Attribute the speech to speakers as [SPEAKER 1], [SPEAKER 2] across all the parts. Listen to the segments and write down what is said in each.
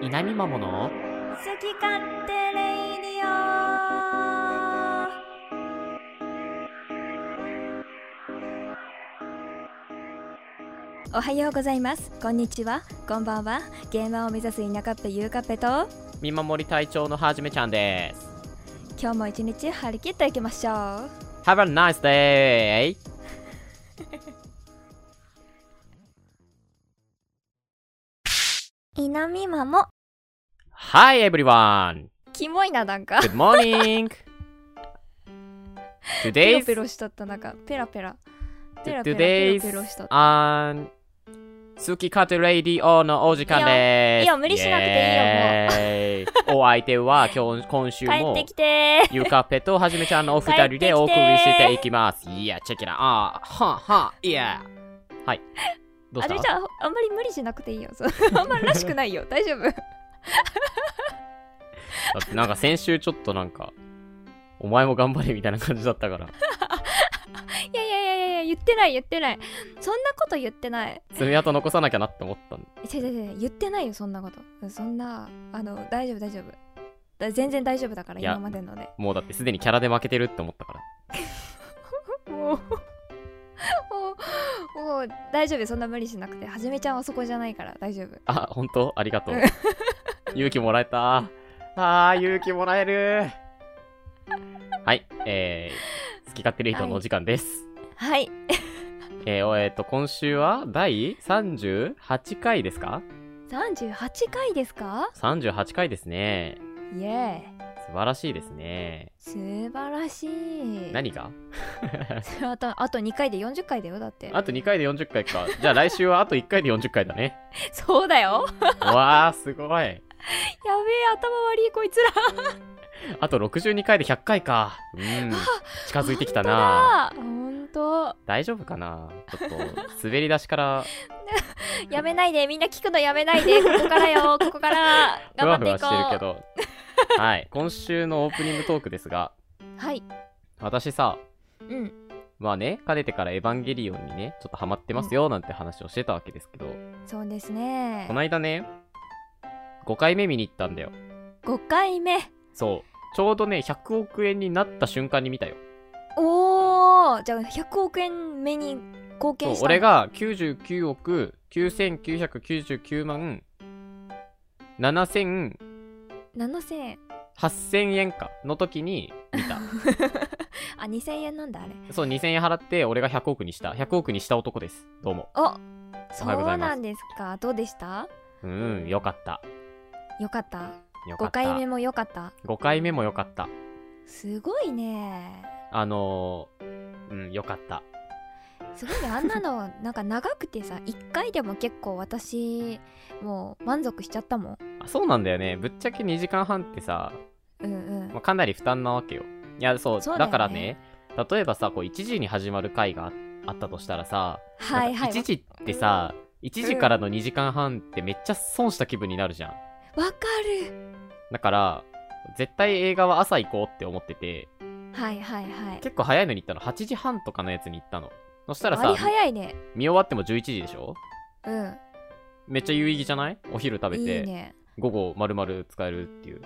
[SPEAKER 1] 稲見まもの
[SPEAKER 2] 好き勝手レイディオおはようございますこんにちはこんばんは現場を目指す田舎っぺゆうかっぺと
[SPEAKER 1] 見守り隊長のはじめちゃんです
[SPEAKER 2] 今日も一日張り切っていきましょう
[SPEAKER 1] Have a nice day!
[SPEAKER 2] 稲見まも
[SPEAKER 1] Hi everyone!
[SPEAKER 2] キモいななんか
[SPEAKER 1] Good morning!
[SPEAKER 2] ペロペ
[SPEAKER 1] Today's
[SPEAKER 2] ロしとったなんかペラペラペラペラペロペロし
[SPEAKER 1] Today's
[SPEAKER 2] とった
[SPEAKER 1] and 好き勝手レイディオのお時間です
[SPEAKER 2] いいよ無理しなくて
[SPEAKER 1] いいよもうお相手は今日今週
[SPEAKER 2] 帰っ
[SPEAKER 1] も
[SPEAKER 2] てきて
[SPEAKER 1] ゆかぺとはじめちゃんのお二人でお送りしていきますいやチェキラあーはんはんいやはいどう
[SPEAKER 2] あ
[SPEAKER 1] した
[SPEAKER 2] れじゃああんまり無理しなくていいよそう あんまりらしくないよ大丈夫
[SPEAKER 1] だってなんか先週ちょっとなんか、お前も頑張れみたいな感じだったから、
[SPEAKER 2] いやいやいやいや言ってない言ってないそんなこと言ってない
[SPEAKER 1] 爪痕残さなきゃなって思ったん
[SPEAKER 2] 違う違う違う言ってないよそんなことそんなあの大丈夫大丈夫だ全然大丈夫だから
[SPEAKER 1] いや
[SPEAKER 2] 今までので
[SPEAKER 1] もうだってすでにキャラで負けてるって思ったから。
[SPEAKER 2] もうもうもう大丈夫そんな無理しなくてはじめちゃんはそこじゃないから大丈夫
[SPEAKER 1] あ、本当ありがとう
[SPEAKER 2] うん。
[SPEAKER 1] 勇気もらえた。あー、勇気もらえる。はい、えー、好き勝手レイトのお時間です。
[SPEAKER 2] はい
[SPEAKER 1] えーおえーと、今週は第38回ですか
[SPEAKER 2] 38回ですか
[SPEAKER 1] ?38 回ですね。
[SPEAKER 2] イエ
[SPEAKER 1] 素晴らしいですね。
[SPEAKER 2] ーイ素晴らしい
[SPEAKER 1] 何が
[SPEAKER 2] それあとあと2回で40回だよだって
[SPEAKER 1] あと2回で40回か。じゃあ来週はあと1回で40回だね。
[SPEAKER 2] そうだよや
[SPEAKER 1] わあすごい。
[SPEAKER 2] べえ頭悪いこいつら
[SPEAKER 1] あと62回で100回か。うん。近づいてきたな。
[SPEAKER 2] 本当だ本当
[SPEAKER 1] 大丈夫かなちょっと、滑り出しから、
[SPEAKER 2] やめないでみんな聞くのやめないでここか らよここから
[SPEAKER 1] ふ
[SPEAKER 2] 頑張
[SPEAKER 1] わ
[SPEAKER 2] っ
[SPEAKER 1] ふ
[SPEAKER 2] てい
[SPEAKER 1] わ
[SPEAKER 2] こ
[SPEAKER 1] してるけ
[SPEAKER 2] う
[SPEAKER 1] ど。はい。今週のオープニングトークですが、
[SPEAKER 2] はい
[SPEAKER 1] 私さ、
[SPEAKER 2] うん
[SPEAKER 1] まあね、かねてからエヴァンゲリオンにね、ちょっとハマってますよ、なんて話をしてたわけですけど、
[SPEAKER 2] そうですね
[SPEAKER 1] この間ね、5回目見に行ったんだよ。
[SPEAKER 2] 5回目
[SPEAKER 1] そう。ちょうどね、100億円になった瞬間に見たよ。
[SPEAKER 2] おーじゃあ100億円目に
[SPEAKER 1] そ
[SPEAKER 2] 貢献
[SPEAKER 1] う
[SPEAKER 2] したの
[SPEAKER 1] 俺が99億9999万7000
[SPEAKER 2] 7000円
[SPEAKER 1] 8000円かの時に見た
[SPEAKER 2] あ2000円なんだあれ
[SPEAKER 1] そう2000円払って俺が100億にした100億にした男ですどうも
[SPEAKER 2] あ
[SPEAKER 1] お
[SPEAKER 2] そ
[SPEAKER 1] はようござ
[SPEAKER 2] う
[SPEAKER 1] います
[SPEAKER 2] なんですかどうでした
[SPEAKER 1] うんよかった
[SPEAKER 2] よかった
[SPEAKER 1] よか
[SPEAKER 2] 5
[SPEAKER 1] った
[SPEAKER 2] 回目もよかった
[SPEAKER 1] 5回目もよかった
[SPEAKER 2] すごいね
[SPEAKER 1] あのー、うんよかった
[SPEAKER 2] すごいねあん なのなんか長くてさ1回でも結構私もう満足しちゃったもん
[SPEAKER 1] あそうなんだよねぶっちゃけ2時間半ってさ、
[SPEAKER 2] うんうん
[SPEAKER 1] まあ、かなり負担なわけよいやそう
[SPEAKER 2] そう
[SPEAKER 1] だ
[SPEAKER 2] だよね
[SPEAKER 1] からね例えばさこう1時に始まる回がああったとしたらさ
[SPEAKER 2] はいはい
[SPEAKER 1] 1時ってさ、1時からの2時間半ってめっちゃ損した気分になるじゃん。
[SPEAKER 2] わかる
[SPEAKER 1] だから、絶対映画は朝行こうって思ってて、
[SPEAKER 2] はいはいはい
[SPEAKER 1] 結構早いのに行ったの。8時半とかのやつに行ったの。そしたら
[SPEAKER 2] 割
[SPEAKER 1] さ
[SPEAKER 2] り、早いね
[SPEAKER 1] 見終わっても11時でしょ
[SPEAKER 2] うん
[SPEAKER 1] めっちゃ有意義じゃないお昼食べ
[SPEAKER 2] いい
[SPEAKER 1] て、
[SPEAKER 2] ね
[SPEAKER 1] 午後丸々使えるっていう。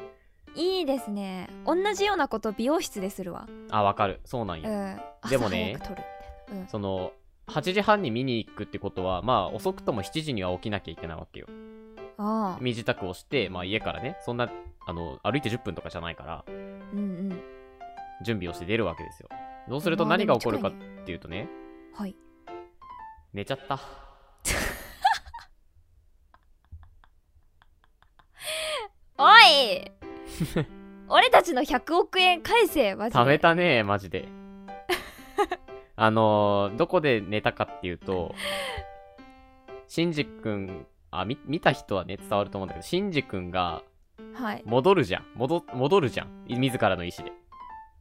[SPEAKER 2] いいですね同じようなこと美容室でするわ
[SPEAKER 1] あ、わかる。そうなん
[SPEAKER 2] う
[SPEAKER 1] や。
[SPEAKER 2] ん
[SPEAKER 1] でもね
[SPEAKER 2] 朝早く撮るみたいな
[SPEAKER 1] その、8時半に見に行くってことは、まあ遅くとも7時には起きなきゃいけないわけよ。
[SPEAKER 2] うんああ
[SPEAKER 1] 身支度をして、まあ家からね、そんな、あの、歩いて10分とかじゃないから、
[SPEAKER 2] うんうん
[SPEAKER 1] 準備をして出るわけですよ。そうすると
[SPEAKER 2] まあで
[SPEAKER 1] 何
[SPEAKER 2] も
[SPEAKER 1] が起こるかっ
[SPEAKER 2] 近
[SPEAKER 1] ていうとね、
[SPEAKER 2] はい
[SPEAKER 1] 寝ちゃった。
[SPEAKER 2] おい 俺たちの100億円返せマジで
[SPEAKER 1] 食べたね、マジで。あのー、どこで寝たかっていうと、シンジ君、あ、み見た人はね、伝わると思うんだけど、シンジ君が
[SPEAKER 2] はい
[SPEAKER 1] 戻るじゃん。戻、戻るじゃん。い自らの意思で。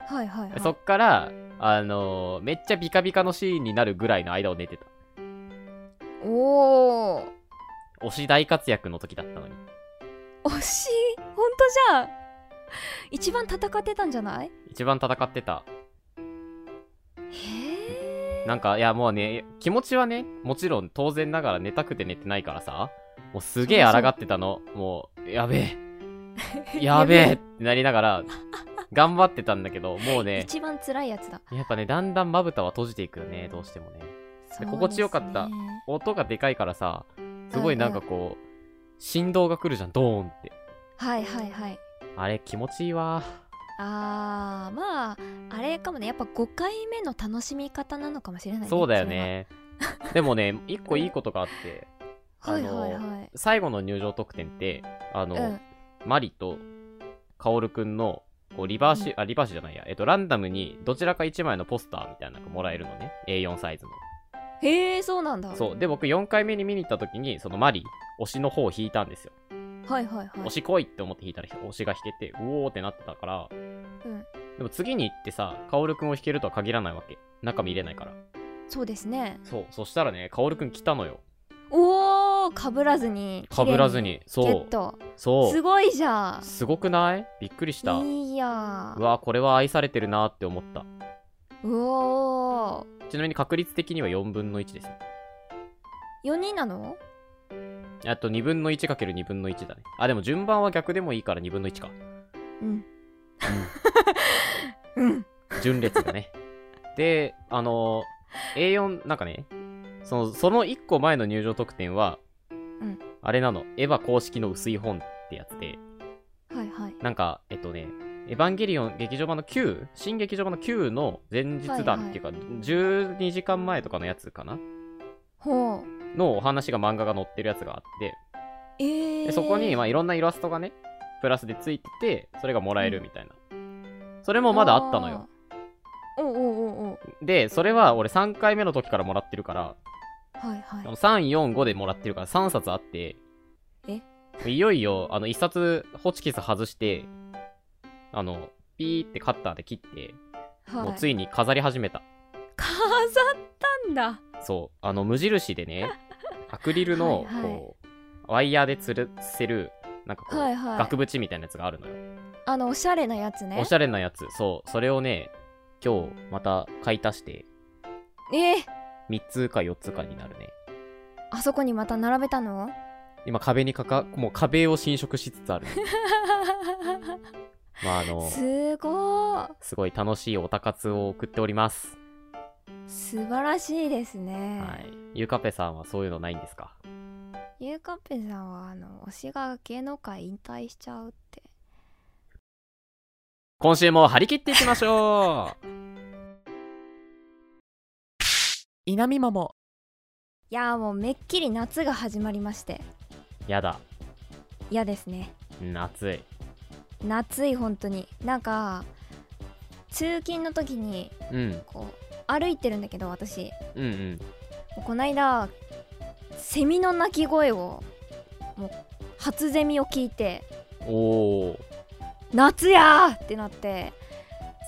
[SPEAKER 2] はいはいはい
[SPEAKER 1] そっから、あのー、めっちゃビカビカのシーンになるぐらいの間を寝てた。
[SPEAKER 2] おお
[SPEAKER 1] 推し大活躍の時だったのに。
[SPEAKER 2] 惜しい本当じゃん一番戦ってたんじゃない
[SPEAKER 1] 一番戦ってた。
[SPEAKER 2] へえ
[SPEAKER 1] なんか、いや、もうね、気持ちはね、もちろん当然ながら寝たくて寝てないからさ、もうすげえ抗ってたの。もう、やべ え、やべえってなりながら、頑張ってたんだけど、もう ね、
[SPEAKER 2] 一番辛いやつだ
[SPEAKER 1] やっぱね、だんだんまぶたは閉じていくよね、どうしてもね。
[SPEAKER 2] そう
[SPEAKER 1] 心地よかった
[SPEAKER 2] ですね
[SPEAKER 1] 音がでかいからさ、すごいなんかこう、振動が来るじゃん、ドーンって。
[SPEAKER 2] はいはいはい
[SPEAKER 1] あれ、気持ちいいわ。
[SPEAKER 2] あーまああれかもねやっぱ5回目の楽しみ方なのかもしれない、ね、
[SPEAKER 1] そうだよね。でもね、一個いいことがあって、
[SPEAKER 2] それは
[SPEAKER 1] あの
[SPEAKER 2] はいはいはい
[SPEAKER 1] 最後の入場特典って、あの、
[SPEAKER 2] うん
[SPEAKER 1] マリとカオルくんのこうリバーシ、あ、リバーシじゃないや、えっと、ランダムにどちらか1枚のポスターみたいなのがもらえるのね。A4 サイズの。
[SPEAKER 2] へえそうなんだ
[SPEAKER 1] そう。で、僕4回目に見に行った時に、そのマリ、推しの方を引いたんですよ。
[SPEAKER 2] はいはいはい
[SPEAKER 1] 推し来いって思って引いたら、推しが引けて、うおーってなってたから、
[SPEAKER 2] うん、
[SPEAKER 1] でも次に行ってさ、カオルくんを引けるとは限らないわけ。中見れないから。
[SPEAKER 2] そうですね
[SPEAKER 1] そう。そしたらね、カオルくん来たのよ。
[SPEAKER 2] おおかぶらずに
[SPEAKER 1] かぶらずに。
[SPEAKER 2] 綺麗にゲ
[SPEAKER 1] そ
[SPEAKER 2] ット
[SPEAKER 1] う。そ
[SPEAKER 2] す
[SPEAKER 1] う。
[SPEAKER 2] ごいじゃん
[SPEAKER 1] すごくないびっくりした。
[SPEAKER 2] いいや
[SPEAKER 1] うわこれは愛されてるなって思った
[SPEAKER 2] うお
[SPEAKER 1] ちなみに確率的には4分の1です
[SPEAKER 2] 4人なの
[SPEAKER 1] あと2分の 1×2 分の1だねあでも順番は逆でもいいから2分の1か
[SPEAKER 2] うんうん
[SPEAKER 1] 順列がねであの A4 なんかねそのその1個前の入場特典は、
[SPEAKER 2] ん
[SPEAKER 1] あれなのエヴァ公式の薄い本ってやつで
[SPEAKER 2] はいはい
[SPEAKER 1] なんかえっとねエヴァンゲリオン劇場版の9、新劇場版の9の前日談っていうか、12時間前とかのやつかな
[SPEAKER 2] ほう
[SPEAKER 1] のお話が漫画が載ってるやつがあって、
[SPEAKER 2] えー、
[SPEAKER 1] でそこに、まあ、いろんなイラストがね、プラスでついてて、それがもらえるみたいな。それもまだあったのよ。
[SPEAKER 2] あーおうおうおうおう
[SPEAKER 1] で、それは俺3回目の時からもらってるから、
[SPEAKER 2] はいは
[SPEAKER 1] あ
[SPEAKER 2] い
[SPEAKER 1] の3、4、5でもらってるから3冊あって、
[SPEAKER 2] え
[SPEAKER 1] いよいよ、あの、1冊ホチキス外して、あの、ピーってカッターで切って、
[SPEAKER 2] はい
[SPEAKER 1] もうついに飾り始めた。
[SPEAKER 2] 飾ったんだ
[SPEAKER 1] そう、あの、無印で ね、アクリルの、
[SPEAKER 2] はいはい
[SPEAKER 1] こう、ワイヤーで吊るせる、なんかこう、
[SPEAKER 2] はいはい
[SPEAKER 1] 額縁みたいなやつがあるのよ。
[SPEAKER 2] あのおしゃれなやつね
[SPEAKER 1] おしゃれなやつそうそれをね今日また買い足して
[SPEAKER 2] えー、
[SPEAKER 1] 3つか4つかになるね
[SPEAKER 2] あそこにまた並べ たの
[SPEAKER 1] 今壁にかかもう壁を侵食しつつあるね、 まああの
[SPEAKER 2] すごー
[SPEAKER 1] すごい楽しいおたかつを送っております、
[SPEAKER 2] 素晴らしいですね、
[SPEAKER 1] はいゆかぺさんはそういうのないんですか
[SPEAKER 2] ゆうかっぺさんはあの推しが芸能界引退しちゃうって
[SPEAKER 1] 今週も張り切っていきましょう
[SPEAKER 3] 稲見桃
[SPEAKER 2] いやーもうめっきり夏が始まりまして
[SPEAKER 1] やだ
[SPEAKER 2] 嫌ですね
[SPEAKER 1] うん暑い
[SPEAKER 2] 夏い本当になんか通勤の時に
[SPEAKER 1] うん
[SPEAKER 2] こう歩いてるんだけど私
[SPEAKER 1] うんうん
[SPEAKER 2] もうこの間セミの鳴き声をもう初ゼミを聞いて
[SPEAKER 1] おお
[SPEAKER 2] 夏やーってなって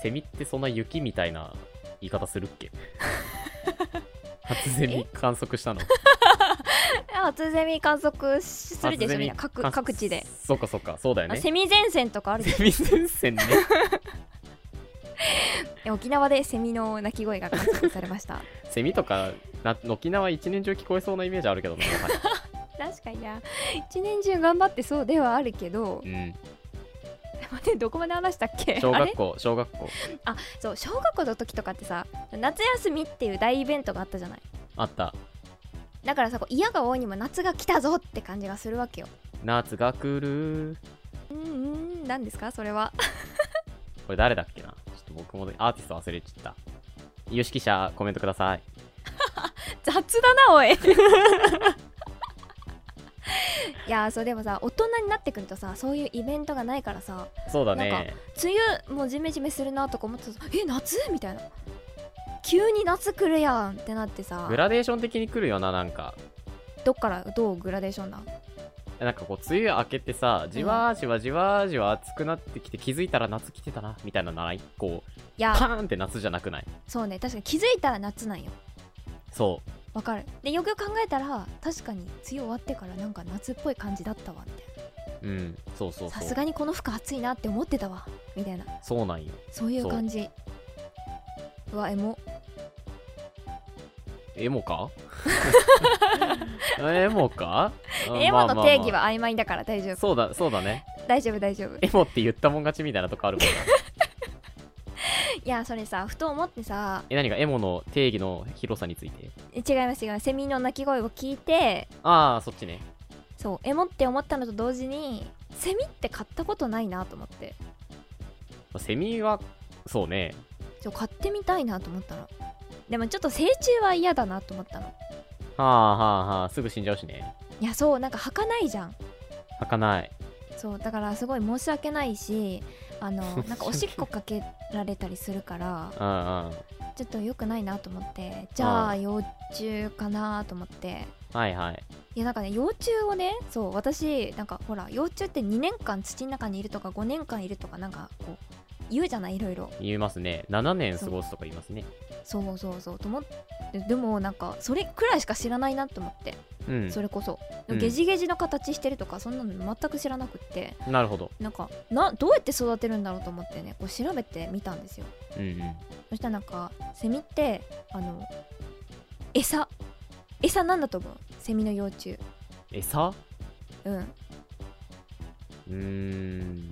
[SPEAKER 1] セミってそんな雪みたいな言い方するっ け初ゼミ観測したの
[SPEAKER 2] 初ゼミ観測するでしょみんな各
[SPEAKER 1] あ
[SPEAKER 2] 各地で、
[SPEAKER 1] そっかそっかそうだよ
[SPEAKER 2] あ
[SPEAKER 1] ね
[SPEAKER 2] セミ前線とかあるでしょ
[SPEAKER 1] セミ前線ね
[SPEAKER 2] いや 沖縄でセミの鳴き声が観測されました
[SPEAKER 1] セミとかな沖縄一年中聞こえそうなイメージあるけ どな、は
[SPEAKER 2] 確かにな一年中頑張ってそうではあるけど
[SPEAKER 1] いうん、
[SPEAKER 2] 待ってどこまで話したっけ
[SPEAKER 1] 小
[SPEAKER 2] あ
[SPEAKER 1] 学
[SPEAKER 2] れ
[SPEAKER 1] 校小学校
[SPEAKER 2] そう小学校の時とかってさ夏休みっていう大イベントがあったじゃない
[SPEAKER 1] あった
[SPEAKER 2] だからさこう嫌が多いにも夏が来たぞって感じがするわけよ
[SPEAKER 1] 夏が来る
[SPEAKER 2] うんうん何ですかそれは
[SPEAKER 1] これ誰だっけなちょっと僕もアーティスト忘れちゃった有識者コメントください
[SPEAKER 2] 雑だ なおいいやーそうでもさ大人になってくるとさそういうイベントがないからさ
[SPEAKER 1] そうだ
[SPEAKER 2] なん
[SPEAKER 1] ね
[SPEAKER 2] 梅雨もうジメジメするなとか思ってたえ夏みたいな急に夏来るやんってなってさ
[SPEAKER 1] グラデーション的に来るよななんか
[SPEAKER 2] どっからどうグラデーションなん
[SPEAKER 1] なんかこう梅雨明けてさじわーじわじわーじわ暑くなってきて気づいたら夏来てたなみたいなのならこう
[SPEAKER 2] いや
[SPEAKER 1] パーンって夏じゃなくない
[SPEAKER 2] そうね確かに気づいたら夏なんよ
[SPEAKER 1] そう
[SPEAKER 2] わかるでよくよく考えたら確かに梅雨終わってからなんか夏っぽい感じだったわみたい
[SPEAKER 1] うん、そうそう
[SPEAKER 2] な
[SPEAKER 1] そ
[SPEAKER 2] さ
[SPEAKER 1] う。
[SPEAKER 2] すがにこの服暑いなって思ってたわみたいな
[SPEAKER 1] そうなんよ。
[SPEAKER 2] そういう感じうわエモ
[SPEAKER 1] エモ かエモかうん
[SPEAKER 2] エモ
[SPEAKER 1] まあまあま
[SPEAKER 2] の
[SPEAKER 1] あ
[SPEAKER 2] 定義は曖昧だから大丈夫
[SPEAKER 1] そうだそうだね
[SPEAKER 2] 大丈夫大丈夫
[SPEAKER 1] エモって言ったもん勝ちみたいなとこあるもんな
[SPEAKER 2] いやそれさふと思ってさ
[SPEAKER 1] え何かエモの定義の広さについて
[SPEAKER 2] え違います違いますセミの鳴き声を聞いて
[SPEAKER 1] ああそっちね
[SPEAKER 2] そうエモって思ったのと同時にセミって買ったことないなと思って
[SPEAKER 1] まあセミはそうね
[SPEAKER 2] そう買ってみたいなと思ったのでもちょっと成虫は嫌だなと思ったの
[SPEAKER 1] はあはあはあすぐ死んじゃうしね
[SPEAKER 2] いやそうなんか儚いじゃん
[SPEAKER 1] 儚かない
[SPEAKER 2] そうだからすごい申し訳ないしあの なんかおしっこかけられたりするから
[SPEAKER 1] うんうん
[SPEAKER 2] ちょっと良くないなと思ってじゃあ幼虫かなと思って
[SPEAKER 1] はいはい
[SPEAKER 2] いやなんかね幼虫をねそう私なんかほら幼虫って2年間土の中にいるとか5年間いるとかなんかこう言うじゃないいろいろ
[SPEAKER 1] 言いますね7年過ごすとか言いますね
[SPEAKER 2] そうそうそうと思ってでもなんかそれくらいしか知らないなと思って
[SPEAKER 1] うん
[SPEAKER 2] それこそ、で
[SPEAKER 1] う
[SPEAKER 2] も
[SPEAKER 1] ん
[SPEAKER 2] ゲジゲジの形してるとかそんなの全く知らなくって
[SPEAKER 1] なるほど
[SPEAKER 2] なんかなどうやって育てるんだろうと思ってねこう調べてみたんですよ
[SPEAKER 1] うんうん
[SPEAKER 2] そしたらなんかセミってあの餌餌なんだと思うセミの幼虫
[SPEAKER 1] 餌
[SPEAKER 2] うん
[SPEAKER 1] うーん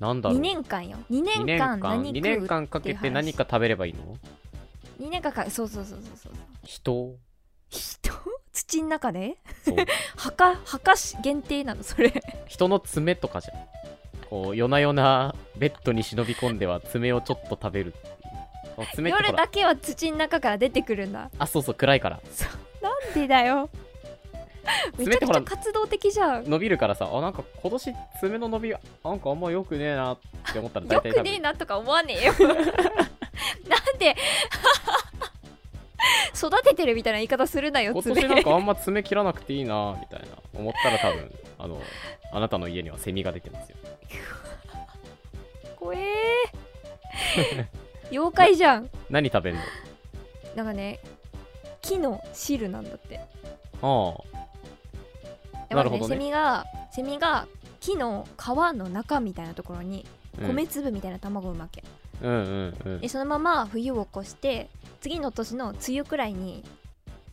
[SPEAKER 1] なんだろう
[SPEAKER 2] 2年間よ2年間何食う
[SPEAKER 1] 2年間かけて何か食べればいいの
[SPEAKER 2] 2年間かそうそうそうそうそう
[SPEAKER 1] 人
[SPEAKER 2] 人土の中で
[SPEAKER 1] そう
[SPEAKER 2] 墓墓し限定なのそれ
[SPEAKER 1] 人の爪とかじゃんこう夜な夜なベッドに忍び込んでは爪をちょっと食べるっていうその爪ってほ
[SPEAKER 2] 夜
[SPEAKER 1] ら
[SPEAKER 2] だけは土の中から出てくるんだ
[SPEAKER 1] あそうそう暗いから
[SPEAKER 2] なんでだ よめち
[SPEAKER 1] 爪っ
[SPEAKER 2] ゃ
[SPEAKER 1] てほ
[SPEAKER 2] くち
[SPEAKER 1] ら
[SPEAKER 2] ゃ活動的じゃん
[SPEAKER 1] 伸びるからさあなんか今年爪の伸びなんかあんま良くねえなって思ったら
[SPEAKER 2] よ
[SPEAKER 1] 大体
[SPEAKER 2] く
[SPEAKER 1] 多
[SPEAKER 2] ねえ
[SPEAKER 1] 分
[SPEAKER 2] なとか思わねえよ なんで 育ててるみたいな言い方するなよ
[SPEAKER 1] 今
[SPEAKER 2] つ
[SPEAKER 1] 年なんかあんま爪切らなくていいなみたいな思ったら多分あのあなたの家にはセミが出てますよ
[SPEAKER 2] 怖えー妖怪じゃん
[SPEAKER 1] 何食べんの
[SPEAKER 2] なんかね木の汁なんだって
[SPEAKER 1] あ
[SPEAKER 2] だ
[SPEAKER 1] な
[SPEAKER 2] か
[SPEAKER 1] る
[SPEAKER 2] ら
[SPEAKER 1] ほ
[SPEAKER 2] ね
[SPEAKER 1] どね
[SPEAKER 2] セミがセミが木の皮の中みたいなところに
[SPEAKER 1] あ、うん、
[SPEAKER 2] 米粒みたいな卵を産むわけ、
[SPEAKER 1] うんうんうん
[SPEAKER 2] でそのまま冬を越して次の年の梅雨くらいに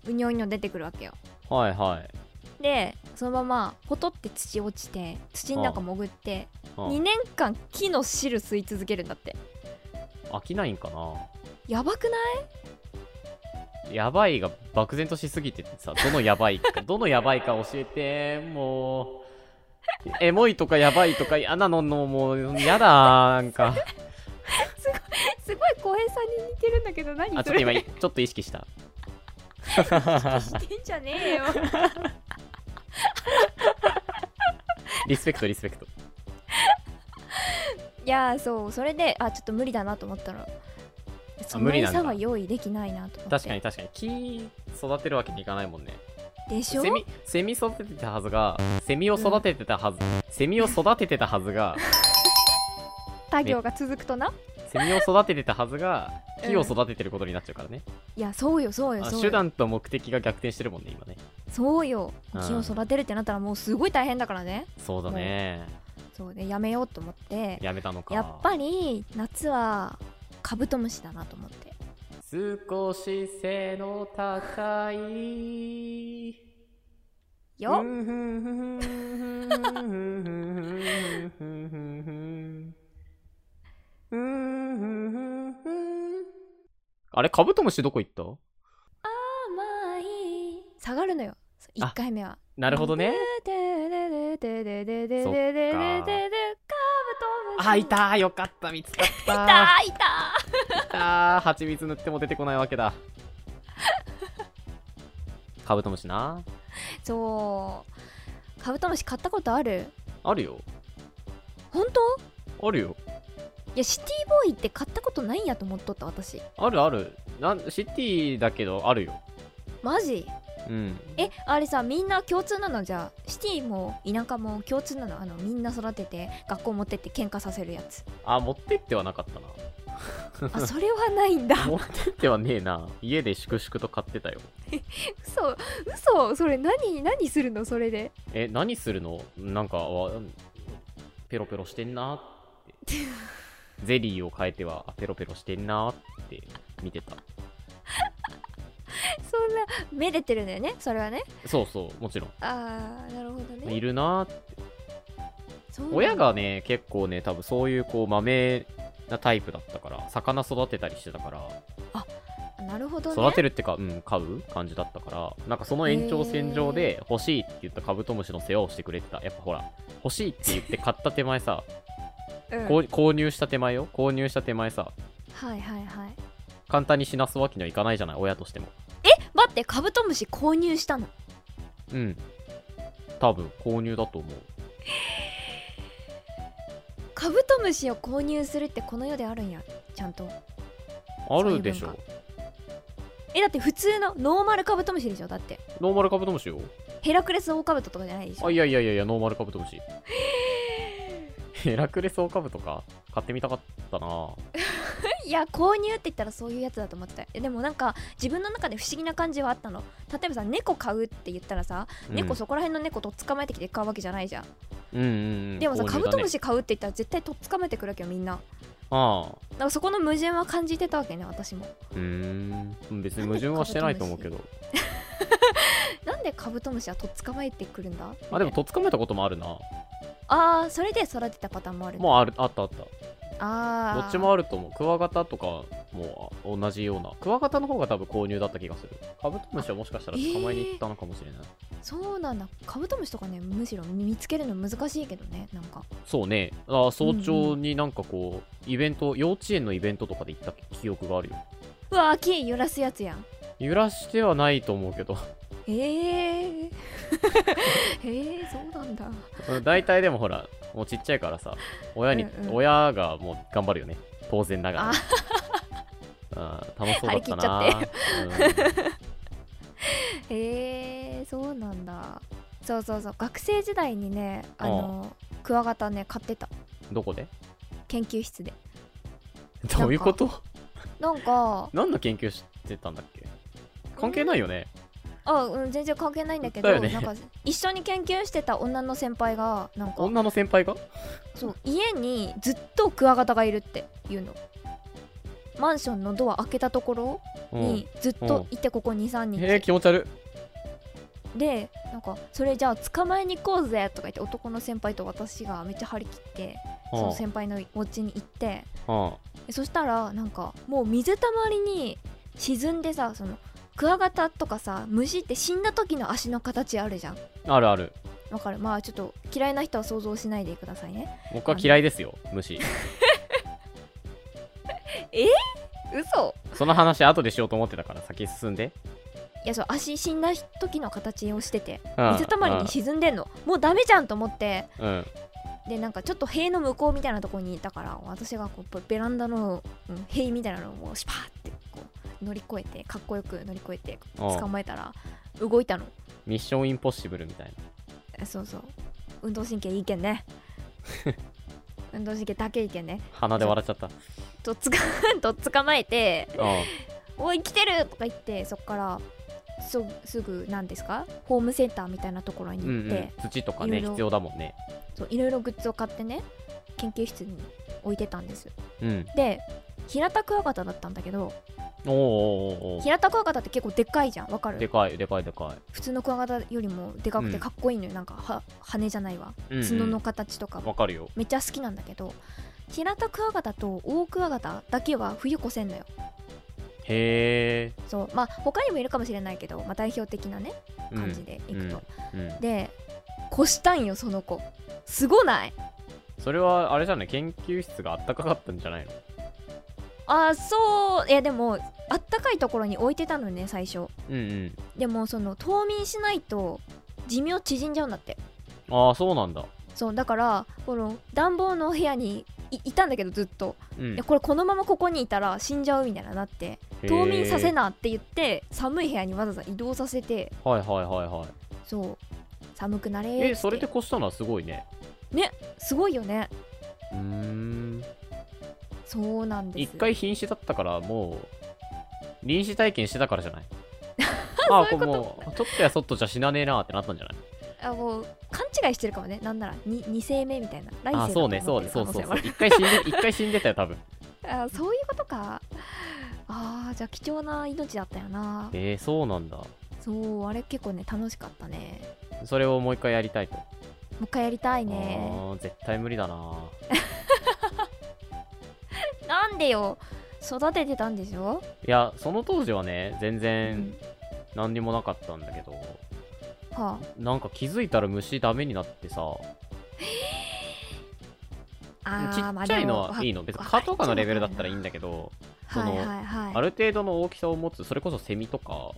[SPEAKER 2] うにょうにょ出てくるわけよ
[SPEAKER 1] はいはい
[SPEAKER 2] でそのままポトって土落ちて土の中潜って
[SPEAKER 1] あ
[SPEAKER 2] 2年間木の汁吸い続けるんだって
[SPEAKER 1] 飽きないんかな
[SPEAKER 2] やばくない
[SPEAKER 1] やばいが漠然としすぎててさどのやばいか どのやばいか教えてもうエモいとかやばいとか嫌なののもうやだなんか
[SPEAKER 2] すごい浩平さんに似てるんだけど何
[SPEAKER 1] あちょっと
[SPEAKER 2] それ
[SPEAKER 1] 今ちょっと意識した
[SPEAKER 2] してんじゃねえよ
[SPEAKER 1] リスペクトリスペクト
[SPEAKER 2] いやーそうそれであちょっと無理だなと思ったらその
[SPEAKER 1] 無理なんだ
[SPEAKER 2] 餌は用意できないなと思って
[SPEAKER 1] 確かに確かに木育てるわけにいかないもんね
[SPEAKER 2] でしょ
[SPEAKER 1] セミセミ育ててたはずがセミを育ててたはず、セミを育ててたはず が
[SPEAKER 2] 作業が続くとな
[SPEAKER 1] セミを育ててたはずが木を育ててることになっちゃうからね、
[SPEAKER 2] いやそうよそうよ
[SPEAKER 1] あ
[SPEAKER 2] そう
[SPEAKER 1] 手
[SPEAKER 2] よ
[SPEAKER 1] 段と目的が逆転してるもんね今ね
[SPEAKER 2] そうよ
[SPEAKER 1] うん
[SPEAKER 2] 木を育てるってなったらもうすごい大変だからね
[SPEAKER 1] そうだね
[SPEAKER 2] そうでやめようと思って
[SPEAKER 1] やめたのか
[SPEAKER 2] やっぱり夏はカブトムシだなと思って
[SPEAKER 1] 少し背の高い
[SPEAKER 2] よ、
[SPEAKER 1] あれカブトムシどこ行った
[SPEAKER 2] 甘い下がるのよ
[SPEAKER 1] あ
[SPEAKER 2] 1回目は
[SPEAKER 1] なるほどね
[SPEAKER 2] ででででででででで
[SPEAKER 1] そっか
[SPEAKER 2] ででカブトムシ
[SPEAKER 1] あいたーよかった見つかったー
[SPEAKER 2] いたいた
[SPEAKER 1] いたー蜂蜜塗っても出てこないわけだ カブトムシな
[SPEAKER 2] そうカブトムシ買ったことある
[SPEAKER 1] あるよ
[SPEAKER 2] 本当
[SPEAKER 1] あるよ
[SPEAKER 2] いやシティボーイって買ったことないんやと思っとった私
[SPEAKER 1] あるあるなんシティだけどあるよ
[SPEAKER 2] マジ
[SPEAKER 1] うん
[SPEAKER 2] えあれさみんな共通なのじゃあシティも田舎も共通なのあのみんな育てて学校持ってって喧嘩させるや つ
[SPEAKER 1] あ持ってってはなかったな
[SPEAKER 2] あそれはないんだ
[SPEAKER 1] 持ってってはねえな家で粛々と買ってたよ
[SPEAKER 2] 嘘嘘それ何何するのそれで
[SPEAKER 1] え何するのなんかわうんペロペロしてんな ってゼリーを変えてはあペロペロしてんなって見てた
[SPEAKER 2] めでてるんだよねそれはね
[SPEAKER 1] そうそうもちろん
[SPEAKER 2] ああなるほどね
[SPEAKER 1] いるなー
[SPEAKER 2] そうなんだ
[SPEAKER 1] 親がね結構ね多分そういうこう豆なタイプだったから魚育てたりしてたから
[SPEAKER 2] なるほどね
[SPEAKER 1] 育てるってか、うん、買う感じだったから、なんかその延長線上で欲しいって言ったカブトムシの世話をしてくれてた。やっぱほら、欲しいって言って買った手前さ、
[SPEAKER 2] うん
[SPEAKER 1] こう購入した手前よ、購入した手前さ、
[SPEAKER 2] はいはいはい
[SPEAKER 1] 簡単に死なすわけにはいかないじゃない、親としても。
[SPEAKER 2] 待ってカブトムシ購入したの
[SPEAKER 1] うん。多分購入だと思う。
[SPEAKER 2] カブトムシを購入するってこの世であるんやちゃんと
[SPEAKER 1] あるでし
[SPEAKER 2] そう
[SPEAKER 1] ょ
[SPEAKER 2] い。えだって普通のノーマルカブトムシでしょだって
[SPEAKER 1] ノーマルカブトムシよ。
[SPEAKER 2] ヘラクレスオオカブトとかじゃないでしょ
[SPEAKER 1] あ、いやいやいやいや、ノーマルカブトムシ。 ヘラクレスオオカブとか買ってみたかったな。
[SPEAKER 2] いや購入って言ったらそういうやつだと思ってたいやでもなんか自分の中で不思議な感じはあったの例えばさ猫飼うって言ったらさ、
[SPEAKER 1] うん
[SPEAKER 2] 猫そこら辺の猫とっ捕まえてきて買うわけじゃないじゃん、
[SPEAKER 1] うんうんうん。
[SPEAKER 2] でもさ、
[SPEAKER 1] 購
[SPEAKER 2] カ
[SPEAKER 1] 入
[SPEAKER 2] ブ
[SPEAKER 1] だね
[SPEAKER 2] トム。シ買うって言ったら絶対とっ捕まえてくるわけよみんな
[SPEAKER 1] ああ。
[SPEAKER 2] だからそこの矛盾は感じてたわけね私も
[SPEAKER 1] うーん別に矛盾はしてないと思うけど
[SPEAKER 2] なんでカブトムシはとっ捕まえてくるんだ
[SPEAKER 1] あでもとっ捕まえたこともあるな
[SPEAKER 2] あーそれで育てたパターンもある
[SPEAKER 1] もうあるあったあった
[SPEAKER 2] あ
[SPEAKER 1] ど
[SPEAKER 2] ー
[SPEAKER 1] っちもあると思うクワガタとかも同じようなクワガタの方が多分購入だった気がするカブトムシはもしかしたら捕まえに行ったのかもしれない、
[SPEAKER 2] そうなんだカブトムシとかねむしろ見つけるの難しいけどねなんか
[SPEAKER 1] そうねあー早朝になんかこうイベント幼稚園のイベントとかで行った記憶があるよ
[SPEAKER 2] うわー木揺らすやつやん
[SPEAKER 1] 揺らしてはないと思うけど
[SPEAKER 2] ええええそうなんだ
[SPEAKER 1] 大体でもほらもうちっちゃいからさ親に、
[SPEAKER 2] うんうん
[SPEAKER 1] 親がもう頑張るよね当然ながら あー楽しそうだったな
[SPEAKER 2] 張り切
[SPEAKER 1] うん
[SPEAKER 2] ええそうなんだそうそうそう学生時代にねあのクワガタね買ってた
[SPEAKER 1] ど こで
[SPEAKER 2] 研究室で
[SPEAKER 1] どういうこと
[SPEAKER 2] なんか
[SPEAKER 1] 何の研究してたんだっけ関係ないよね。
[SPEAKER 2] あ、うん、全然関係ないんだけ
[SPEAKER 1] だ
[SPEAKER 2] ど
[SPEAKER 1] よね
[SPEAKER 2] なんか一緒に研究してた女の先輩がなんか
[SPEAKER 1] 女の先輩が
[SPEAKER 2] そう家にずっとクワガタがいるっていうのマンションのドア開けたところ
[SPEAKER 1] うん
[SPEAKER 2] に。ずっといてここ23日、
[SPEAKER 1] へえ、気持ち悪
[SPEAKER 2] でなんかそれじゃあ捕まえに行こうぜとか言って男の先輩と私がめっちゃ張り切って
[SPEAKER 1] い。
[SPEAKER 2] その先輩のお家に行って
[SPEAKER 1] うんうん
[SPEAKER 2] でそしたらなんかもう水たまりに沈んでさそのクワガタとかさ虫って死んだ時の足の形あるじゃん
[SPEAKER 1] あるある。
[SPEAKER 2] わかるまあちょっと嫌いな人は想像しないでくださいね
[SPEAKER 1] 僕は嫌いですよ、虫。
[SPEAKER 2] 嘘
[SPEAKER 1] その話、後でしようと思ってたから、先進んで。
[SPEAKER 2] いやそう足死んだ時の形をしてて
[SPEAKER 1] うん
[SPEAKER 2] 水たまりに沈んでんのもうダメじゃんと思って
[SPEAKER 1] うん。
[SPEAKER 2] でなんかちょっと塀の向こうみたいなとこにいたから私がこうベベランダの、うん塀みたいなのをもうシュパーってこう乗り越えてかっこよく乗り越えて
[SPEAKER 1] うん
[SPEAKER 2] 捕まえたら動いたの
[SPEAKER 1] ミッションインポッシブルみたい
[SPEAKER 2] えそうそう運動神経いいけ んね運動神経だけいいけんね
[SPEAKER 1] な。鼻で笑っちゃ った。
[SPEAKER 2] とつかと捕まえて
[SPEAKER 1] う
[SPEAKER 2] 「おい来てる!」とか言ってそっからすすぐ何ですかホームセンターみたいなところに
[SPEAKER 1] ん。う
[SPEAKER 2] 行っ
[SPEAKER 1] ん
[SPEAKER 2] て、
[SPEAKER 1] うん。土とかね、
[SPEAKER 2] いろいろ
[SPEAKER 1] 必要だもんね。
[SPEAKER 2] そういろいろグッズを買ってね研究室に置いてたんです
[SPEAKER 1] うん。
[SPEAKER 2] で平田クワガタだったんだけど
[SPEAKER 1] おーおーおーお
[SPEAKER 2] 平田クワガタって結構でっかいじゃんわか
[SPEAKER 1] ーで
[SPEAKER 2] る
[SPEAKER 1] かい、でかい、でか
[SPEAKER 2] 普通のクワガタよりもでかく
[SPEAKER 1] う
[SPEAKER 2] て
[SPEAKER 1] ん
[SPEAKER 2] かっこいいのよ、なんかは羽じゃないわ
[SPEAKER 1] い。うんうん
[SPEAKER 2] 角の形とかも
[SPEAKER 1] わかるよ。
[SPEAKER 2] めっちゃ好きなんだけど平田クワガタと大クワガタだけは冬越せんのよ
[SPEAKER 1] へえ。
[SPEAKER 2] そうまあ他にもいるかもしれないけど、まあ、代表的なね感じでいくと、
[SPEAKER 1] うん。うん。
[SPEAKER 2] で越したんよその子すごない
[SPEAKER 1] それは、あれじゃない、研究室があったかかったんじゃないの
[SPEAKER 2] あーそういやでもあったかいところに置いてたのね最初
[SPEAKER 1] うんうん。
[SPEAKER 2] でもその冬眠しないと寿命縮んじゃうんだって
[SPEAKER 1] ああ、そうなんだ。
[SPEAKER 2] そうだからこの暖房の部屋にいいたんだけどずっと
[SPEAKER 1] うん
[SPEAKER 2] でこれこのままここにいたら死んじゃうみたいななって冬眠させなって言って寒い部屋にわざわざ移動させて
[SPEAKER 1] はいはいはいはい
[SPEAKER 2] そう寒くなれーっつっ
[SPEAKER 1] え
[SPEAKER 2] て
[SPEAKER 1] それで越したのはすごいね
[SPEAKER 2] すごいよね
[SPEAKER 1] うーん
[SPEAKER 2] そうなんです
[SPEAKER 1] 一回瀕死だったからもう臨死体験してたからじ ゃないああこれもうちょっとやそっとじゃ死なねえなってなったんじゃない
[SPEAKER 2] あもう勘違いしてるかもねなんなら 2, 二世目みたいな来
[SPEAKER 1] あ
[SPEAKER 2] 世だ
[SPEAKER 1] あ
[SPEAKER 2] と
[SPEAKER 1] そう
[SPEAKER 2] 思
[SPEAKER 1] ね
[SPEAKER 2] って
[SPEAKER 1] そうね
[SPEAKER 2] る
[SPEAKER 1] そ
[SPEAKER 2] 可
[SPEAKER 1] うそ
[SPEAKER 2] 能
[SPEAKER 1] う
[SPEAKER 2] 性も
[SPEAKER 1] そ
[SPEAKER 2] あ
[SPEAKER 1] う
[SPEAKER 2] る
[SPEAKER 1] 一回死んで一回死んでたよ多分
[SPEAKER 2] あそういうことかあーじゃあ貴重な命だったよな
[SPEAKER 1] えー、そうなんだ
[SPEAKER 2] そうあれ結構ね楽しかったね
[SPEAKER 1] それをもう一回やりたいと。
[SPEAKER 2] もう一回やりたいね
[SPEAKER 1] あー絶対無理だな。
[SPEAKER 2] なんでよ育ててたんでしょ、
[SPEAKER 1] いや、その当時はね、全然
[SPEAKER 2] ん
[SPEAKER 1] 何にもなかったんだけど、
[SPEAKER 2] は
[SPEAKER 1] なんか気づいたら虫ダメになってさ、
[SPEAKER 2] ああ
[SPEAKER 1] ち
[SPEAKER 2] ーま
[SPEAKER 1] っ
[SPEAKER 2] あ
[SPEAKER 1] ち
[SPEAKER 2] で
[SPEAKER 1] ゃいの
[SPEAKER 2] もわ
[SPEAKER 1] はいいの。別に
[SPEAKER 2] わ
[SPEAKER 1] 蚊とかのレベルだったらいい
[SPEAKER 2] わ
[SPEAKER 1] んだけど、
[SPEAKER 2] かる
[SPEAKER 1] その
[SPEAKER 2] はいはい
[SPEAKER 1] あ
[SPEAKER 2] はい
[SPEAKER 1] る程度の大きさを持つ、それこそセミとか、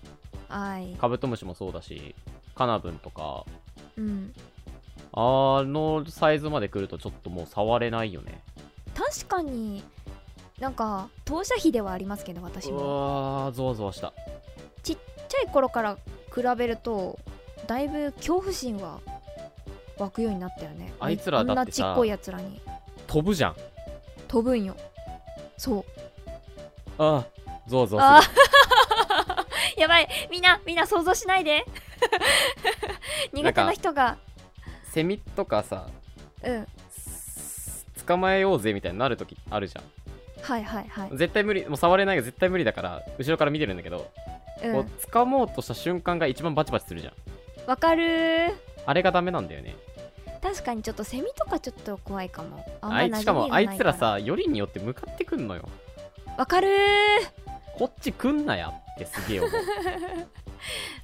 [SPEAKER 2] はい
[SPEAKER 1] カブトムシもそうだし、カナブンとか、
[SPEAKER 2] うん
[SPEAKER 1] あのサイズまで来るとちょっともう触れないよね。
[SPEAKER 2] 確かになんか当社費ではありますけど私
[SPEAKER 1] う
[SPEAKER 2] も
[SPEAKER 1] わー、ゾワゾワした。
[SPEAKER 2] ちっちゃい頃から比べるとだいぶ恐怖心は湧くようになったよね
[SPEAKER 1] あいつらだってさ
[SPEAKER 2] こんなちっこいやつらに
[SPEAKER 1] 飛ぶじゃん。
[SPEAKER 2] 飛ぶんよそう
[SPEAKER 1] あー、ゾワゾ
[SPEAKER 2] あ
[SPEAKER 1] ワする。
[SPEAKER 2] ー やばいみんなみんな想像しないで 苦手な人が
[SPEAKER 1] セミとかさ、
[SPEAKER 2] うん
[SPEAKER 1] す捕まえようぜみたいになるときあるじゃん。
[SPEAKER 2] はいはいはい、
[SPEAKER 1] 絶対無理もう触れないが絶対無理だから後ろから見てるんだけど、
[SPEAKER 2] う
[SPEAKER 1] こ
[SPEAKER 2] ん、
[SPEAKER 1] う掴もうとした瞬間が一番バチバチするじゃん
[SPEAKER 2] わかるー
[SPEAKER 1] あれがダメなんだよね
[SPEAKER 2] 確かにちょっとセミとかちょっと怖いかもあんま
[SPEAKER 1] あ
[SPEAKER 2] 馴染み
[SPEAKER 1] い
[SPEAKER 2] が
[SPEAKER 1] しかもあ
[SPEAKER 2] ない
[SPEAKER 1] いつらさよりによって向かってくんのよ
[SPEAKER 2] らわかるー
[SPEAKER 1] こっち来んなやってす げえ思う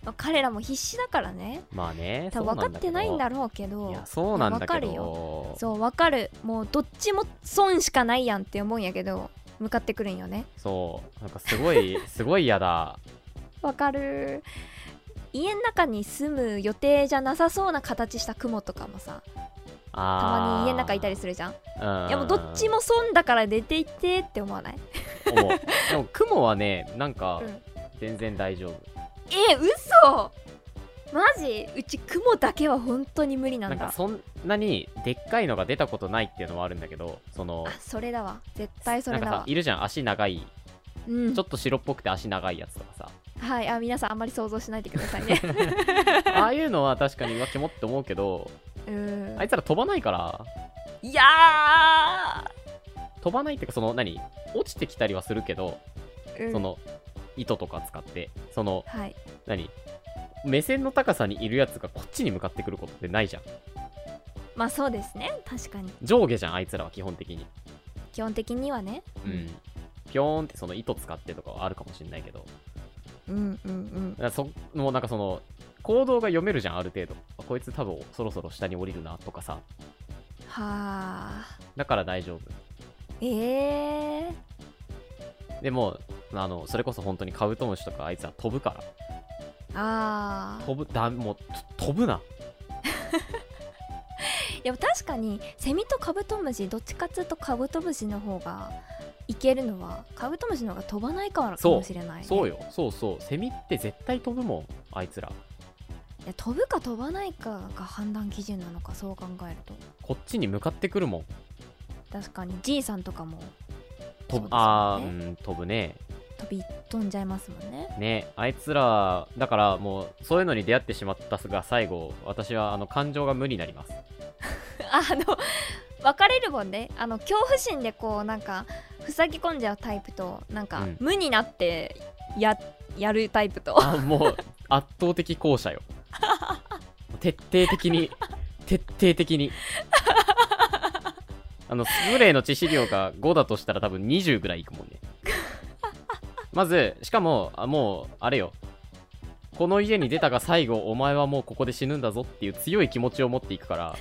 [SPEAKER 2] まあ彼らも必死だからね
[SPEAKER 1] まあね
[SPEAKER 2] 多分分かってないんだ
[SPEAKER 1] ろ
[SPEAKER 2] ろうけど
[SPEAKER 1] いやそうなんだけ
[SPEAKER 2] いや
[SPEAKER 1] どそう
[SPEAKER 2] そうわかるもうどっちも損しかないやんって思うんやけど向かってくるんよね
[SPEAKER 1] なんかすごい すごい嫌だ
[SPEAKER 2] わかる家の中に住む予定じゃなさそうな形した雲とかもさたまに家の中いたり
[SPEAKER 1] す
[SPEAKER 2] するじゃん
[SPEAKER 1] る、うん
[SPEAKER 2] いやもうどっちも損だから出ていってって思わない
[SPEAKER 1] 思うでも雲はねなんか
[SPEAKER 2] うん
[SPEAKER 1] 全然大丈夫、
[SPEAKER 2] え嘘マジうち雲だけは本当に無理なん
[SPEAKER 1] な
[SPEAKER 2] だ
[SPEAKER 1] んかそんなにでっかいのが出たことないっていうのもあるんだけどその
[SPEAKER 2] あそれだわ絶対それだ
[SPEAKER 1] なんか
[SPEAKER 2] わ
[SPEAKER 1] さいるじゃん足長い
[SPEAKER 2] うん
[SPEAKER 1] ちょっと白っぽくて足長いやつとか さ
[SPEAKER 2] はいあ皆さんあんまり想像しないでくださ いね
[SPEAKER 1] ああいうのは確かにうわキモって思うけど
[SPEAKER 2] うーん
[SPEAKER 1] あいつら飛ばないから
[SPEAKER 2] いやー
[SPEAKER 1] 飛ばないっていうかその何落ちてきたりはするけど、
[SPEAKER 2] うん
[SPEAKER 1] その糸とか使ってその
[SPEAKER 2] はい
[SPEAKER 1] 何目線の高さにいるやつがこっちに向かってくることってないじゃん
[SPEAKER 2] まあそうですね確かに
[SPEAKER 1] 上下じゃんあいつらは基本的に
[SPEAKER 2] 基本的にはね
[SPEAKER 1] うんピョーンってその糸使ってとかはあるかもしれないけど
[SPEAKER 2] うんうんうん
[SPEAKER 1] だからそもうなんかその行動が読めるじゃんある程度あこいつ多分そろそろ下に降りるなとかさ
[SPEAKER 2] はあ
[SPEAKER 1] だから大丈夫
[SPEAKER 2] えー、
[SPEAKER 1] でもあのそれこそ本当にカブトムシとかあいつは飛ぶか
[SPEAKER 2] あ
[SPEAKER 1] ら
[SPEAKER 2] ー
[SPEAKER 1] 飛ぶだもうと飛ぶな
[SPEAKER 2] でも確かにセミとカブトムシどっちかっつうとカブトムシの方がいけるのはカブトムシの方が飛ばないからかもしれない、ね、
[SPEAKER 1] そうよそうそうセミって絶対飛ぶもんあいつら
[SPEAKER 2] いや飛ぶか飛ばないかが判断基準なのかそう考えると
[SPEAKER 1] こっちに向かってくるもん
[SPEAKER 2] 確かにじいさんとかも
[SPEAKER 1] 飛ぶ、
[SPEAKER 2] そうですよね
[SPEAKER 1] ああうん飛ぶね
[SPEAKER 2] 飛び飛んじゃいますもんね
[SPEAKER 1] ねあいつらだからもうそういうのに出会ってしまったが最後私はあの感情が無になります
[SPEAKER 2] あの分かれるもんねあの恐怖心でこうなんか塞ぎ込んじゃうタイプとなんか、
[SPEAKER 1] うん
[SPEAKER 2] 無になってややるタイプと
[SPEAKER 1] あもう圧倒的後者よ 徹底的に徹底的にあのスプレーの致死量が5だとしたら多分20ぐらいいくもんねまずしかもあもうあれよこの家に出たが最後お前はもうここで死ぬんだぞっていう強い気持ちを持っていくから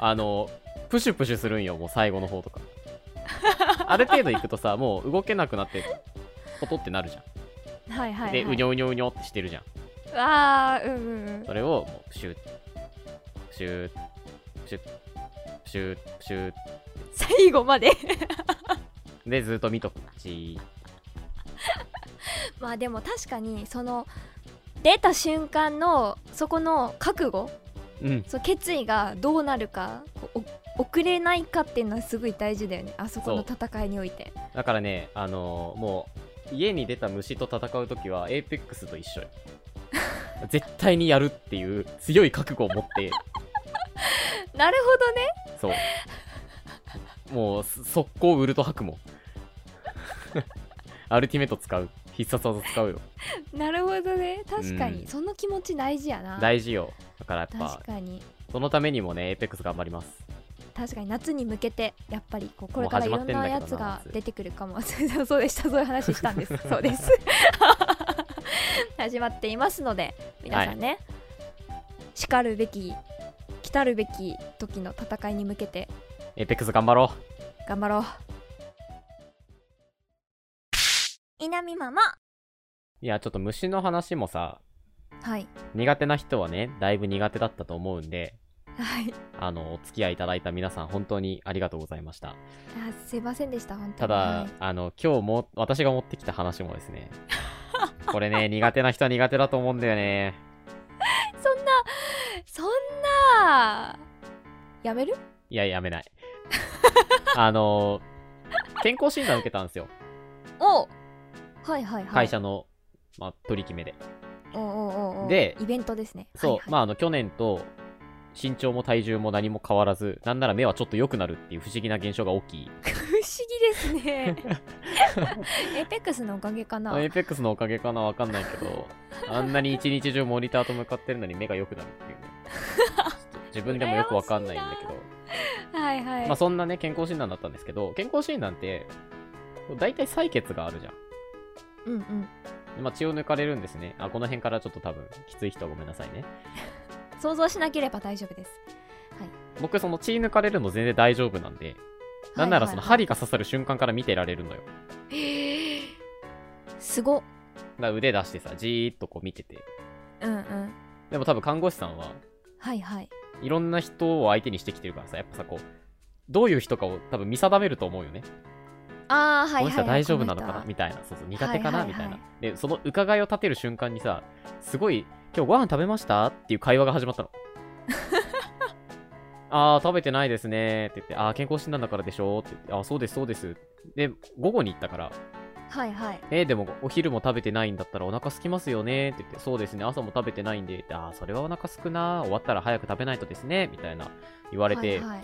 [SPEAKER 1] あのプシュプシュするんよもう最後の方とかある程度いくとさもう動けなくなってポトってなるじゃん、
[SPEAKER 2] はいはい、はい、
[SPEAKER 1] でうにょうにょうにょってしてるじゃん
[SPEAKER 2] わーうんうんうん
[SPEAKER 1] それをもうプシュップシュップシュップシュップシュッ
[SPEAKER 2] 最後まで
[SPEAKER 1] でずっと見とくし
[SPEAKER 2] まあでも確かにその出た瞬間のそこの覚悟
[SPEAKER 1] うん
[SPEAKER 2] その決意がどうなるかこうお遅れないかっていうのはすごい大事だよねあそこの戦いにおいて
[SPEAKER 1] だからねあのーもう家に出た虫と戦う時はエーペックスと一緒よ絶対にやるっていう強い覚悟を持って
[SPEAKER 2] なるほどね
[SPEAKER 1] そうもうす速攻ウルト吐くもんアルティメット使う必殺技使うよ
[SPEAKER 2] なるほどね確かに、
[SPEAKER 1] うん
[SPEAKER 2] その気持ち大事やな
[SPEAKER 1] 大事よだからやっぱ
[SPEAKER 2] 確かに
[SPEAKER 1] そのためにもねエーペックス頑張ります
[SPEAKER 2] 確かに夏に向けてやっぱりこうこれからい
[SPEAKER 1] もう
[SPEAKER 2] ろ
[SPEAKER 1] 始まっ
[SPEAKER 2] ん
[SPEAKER 1] てんだ
[SPEAKER 2] な
[SPEAKER 1] けどな
[SPEAKER 2] やつが
[SPEAKER 1] 夏
[SPEAKER 2] 出てくるかも そうそうでしたそういう話した んですそうです始まっていますので皆さんね、しかるべき来たるべき時の戦いに向けて
[SPEAKER 1] エーペックス頑張ろう
[SPEAKER 2] 頑張ろう稲見ママ
[SPEAKER 1] いやちょっと虫の話もさ
[SPEAKER 2] はい
[SPEAKER 1] 苦手な人はねだいぶ苦手だったと思うんで
[SPEAKER 2] はい
[SPEAKER 1] あのお付き合いいただいた皆さん本当にありがとうございました
[SPEAKER 2] あすいませんでした本当に
[SPEAKER 1] ただ、
[SPEAKER 2] はい
[SPEAKER 1] あの今日も私が持ってきた話もですねこれね苦手な人は苦手だと思うんだよね
[SPEAKER 2] そんなそんなやめる
[SPEAKER 1] いややめないあの健康診断受けたんですよ
[SPEAKER 2] おはいはいはい
[SPEAKER 1] 会社の、まあ、取り決めで
[SPEAKER 2] おうおうおうおう
[SPEAKER 1] で
[SPEAKER 2] イベントですね
[SPEAKER 1] そう、
[SPEAKER 2] はいはい
[SPEAKER 1] まああの去年と身長も体重も何も変わらずなんなら目はちょっと良くなるっていう不思議な現象が大きい
[SPEAKER 2] 不思議で すねエペックスのおかげかな
[SPEAKER 1] エイペックスのおかげかなわかんないけどあんなに一日中モニターと向かってるのに目が良くなるっていうねちょっと自分でもよくわかんないんだけど
[SPEAKER 2] はいはい、
[SPEAKER 1] まあそんなね健康診断だったんですけど健康診断って大体採血があるじゃん
[SPEAKER 2] うんうん
[SPEAKER 1] でまあ、血を抜かれるんですねあこの辺からちょっと多分きつい人はごめんなさいね
[SPEAKER 2] 想像しなければ大丈夫です
[SPEAKER 1] 僕その血抜かれるの全然大丈夫なんでなんならその
[SPEAKER 2] はい
[SPEAKER 1] 針が刺さる瞬間から見てられるのよ
[SPEAKER 2] はいへーすごっ
[SPEAKER 1] だから腕出してさじーっとこう見てて
[SPEAKER 2] うんうん
[SPEAKER 1] でも多分看護師さんは
[SPEAKER 2] はいはい
[SPEAKER 1] いろんな人を相手にしてきてるからさやっぱさこうどういう人かを多分見定めると思うよね、
[SPEAKER 2] ああはいはい、はい、
[SPEAKER 1] この人は大丈夫なのか
[SPEAKER 2] こ
[SPEAKER 1] な
[SPEAKER 2] 人は
[SPEAKER 1] みたいなそうそう苦手かな、
[SPEAKER 2] はいはいは
[SPEAKER 1] みた
[SPEAKER 2] い
[SPEAKER 1] いなでその伺いを立てる瞬間にさすごい「今日ご飯食べました?」っていう会話が始ま ったのああ食べてないですねって言って「ああ健康診断だからでしょ」って言って「ああそうですそうです」で午後に行ったから
[SPEAKER 2] はいはい
[SPEAKER 1] えーでもお昼も食べてないんだったらお腹空きますよねって言って、そうですね、朝も食べてないんで、ああ、それはお腹空くな、終わったら早く食べないとですね、みたいな言われて、
[SPEAKER 2] はい はい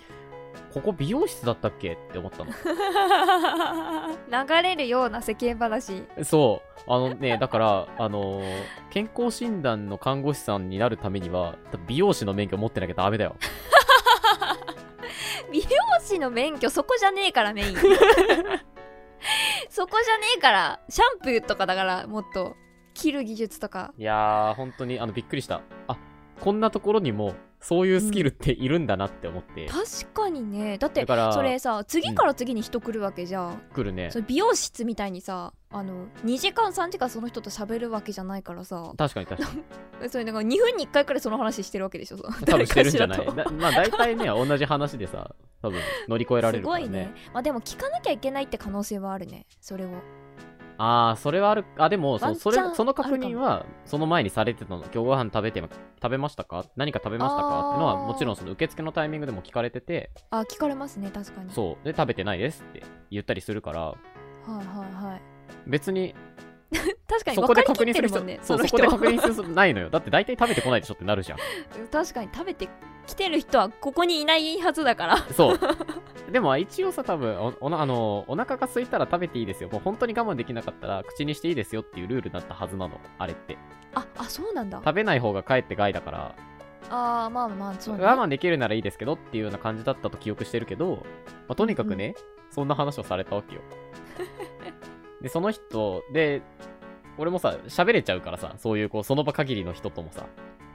[SPEAKER 1] ここ美容室だったっけって思った の。
[SPEAKER 2] 流れるような世間話
[SPEAKER 1] そう、あのね、だから、あのー健康診断の看護師さんになるためには、多分美容師の免許持ってなきゃダメだよ。
[SPEAKER 2] 美容師の免許そこじゃねえからメイン そこじゃねえからシャンプーとかだからもっと切る技術とか
[SPEAKER 1] いやー、本当に、あの、びっくりした。あ、こんなところにも、そういうスキルっているんだなって思って。
[SPEAKER 2] 確かにねだっ
[SPEAKER 1] だ
[SPEAKER 2] て
[SPEAKER 1] から、
[SPEAKER 2] それさ次から次に人来るわけじゃん、
[SPEAKER 1] 来るね
[SPEAKER 2] そ。れ美容室みたいにさあの2時間3時間その人と喋るわけじゃないからさ
[SPEAKER 1] 確かに確かに。
[SPEAKER 2] それなんか2分に1回くらいその話してるわけでしょそう
[SPEAKER 1] 多分してるんじゃな
[SPEAKER 2] 誰
[SPEAKER 1] い
[SPEAKER 2] かしら
[SPEAKER 1] だまあ大体ね同じ話でさ多分乗り越えられる
[SPEAKER 2] す
[SPEAKER 1] か
[SPEAKER 2] ご
[SPEAKER 1] らね
[SPEAKER 2] いね、まあ、でも聞かなきゃいけないって可能性はあるねそれを
[SPEAKER 1] ああそれはあるあでも
[SPEAKER 2] ワ
[SPEAKER 1] そ
[SPEAKER 2] ンチャン
[SPEAKER 1] それその確認はその前にされてたの今日ご飯食べて食べましたか何か食べました
[SPEAKER 2] あー
[SPEAKER 1] かっていうのはもちろんその受付のタイミングでも聞かれてて
[SPEAKER 2] あ聞かれますね確かに
[SPEAKER 1] そうで食べてないですって言ったりするから
[SPEAKER 2] はいはいはい
[SPEAKER 1] 別に
[SPEAKER 2] 確かに
[SPEAKER 1] そ
[SPEAKER 2] 分
[SPEAKER 1] こ
[SPEAKER 2] か
[SPEAKER 1] で
[SPEAKER 2] りき
[SPEAKER 1] 確認
[SPEAKER 2] っ
[SPEAKER 1] す
[SPEAKER 2] てる
[SPEAKER 1] る
[SPEAKER 2] も
[SPEAKER 1] 人
[SPEAKER 2] んね
[SPEAKER 1] そうそ
[SPEAKER 2] の人
[SPEAKER 1] こで確認するないのよだって大体食べてこないでしょってなる じゃん
[SPEAKER 2] 確かに食べてきてる人はここにいないはずだから
[SPEAKER 1] そうでも一応さ多分おおなあのお腹が空いたら食べていいですよもう本当に我慢できなかったら口にしていいですよっていうルールだったはずなのあれって
[SPEAKER 2] ああそうなんだ
[SPEAKER 1] 食べない方がかえって害だから、
[SPEAKER 2] あーまあまあそうね
[SPEAKER 1] 我慢できるならいいですけどっていうような感じだったと記憶してるけど、まあ、とにかくね、そんな話をされたわ けよでその人で俺もさ喋れちゃうからさそういうこうその場限りの人ともさ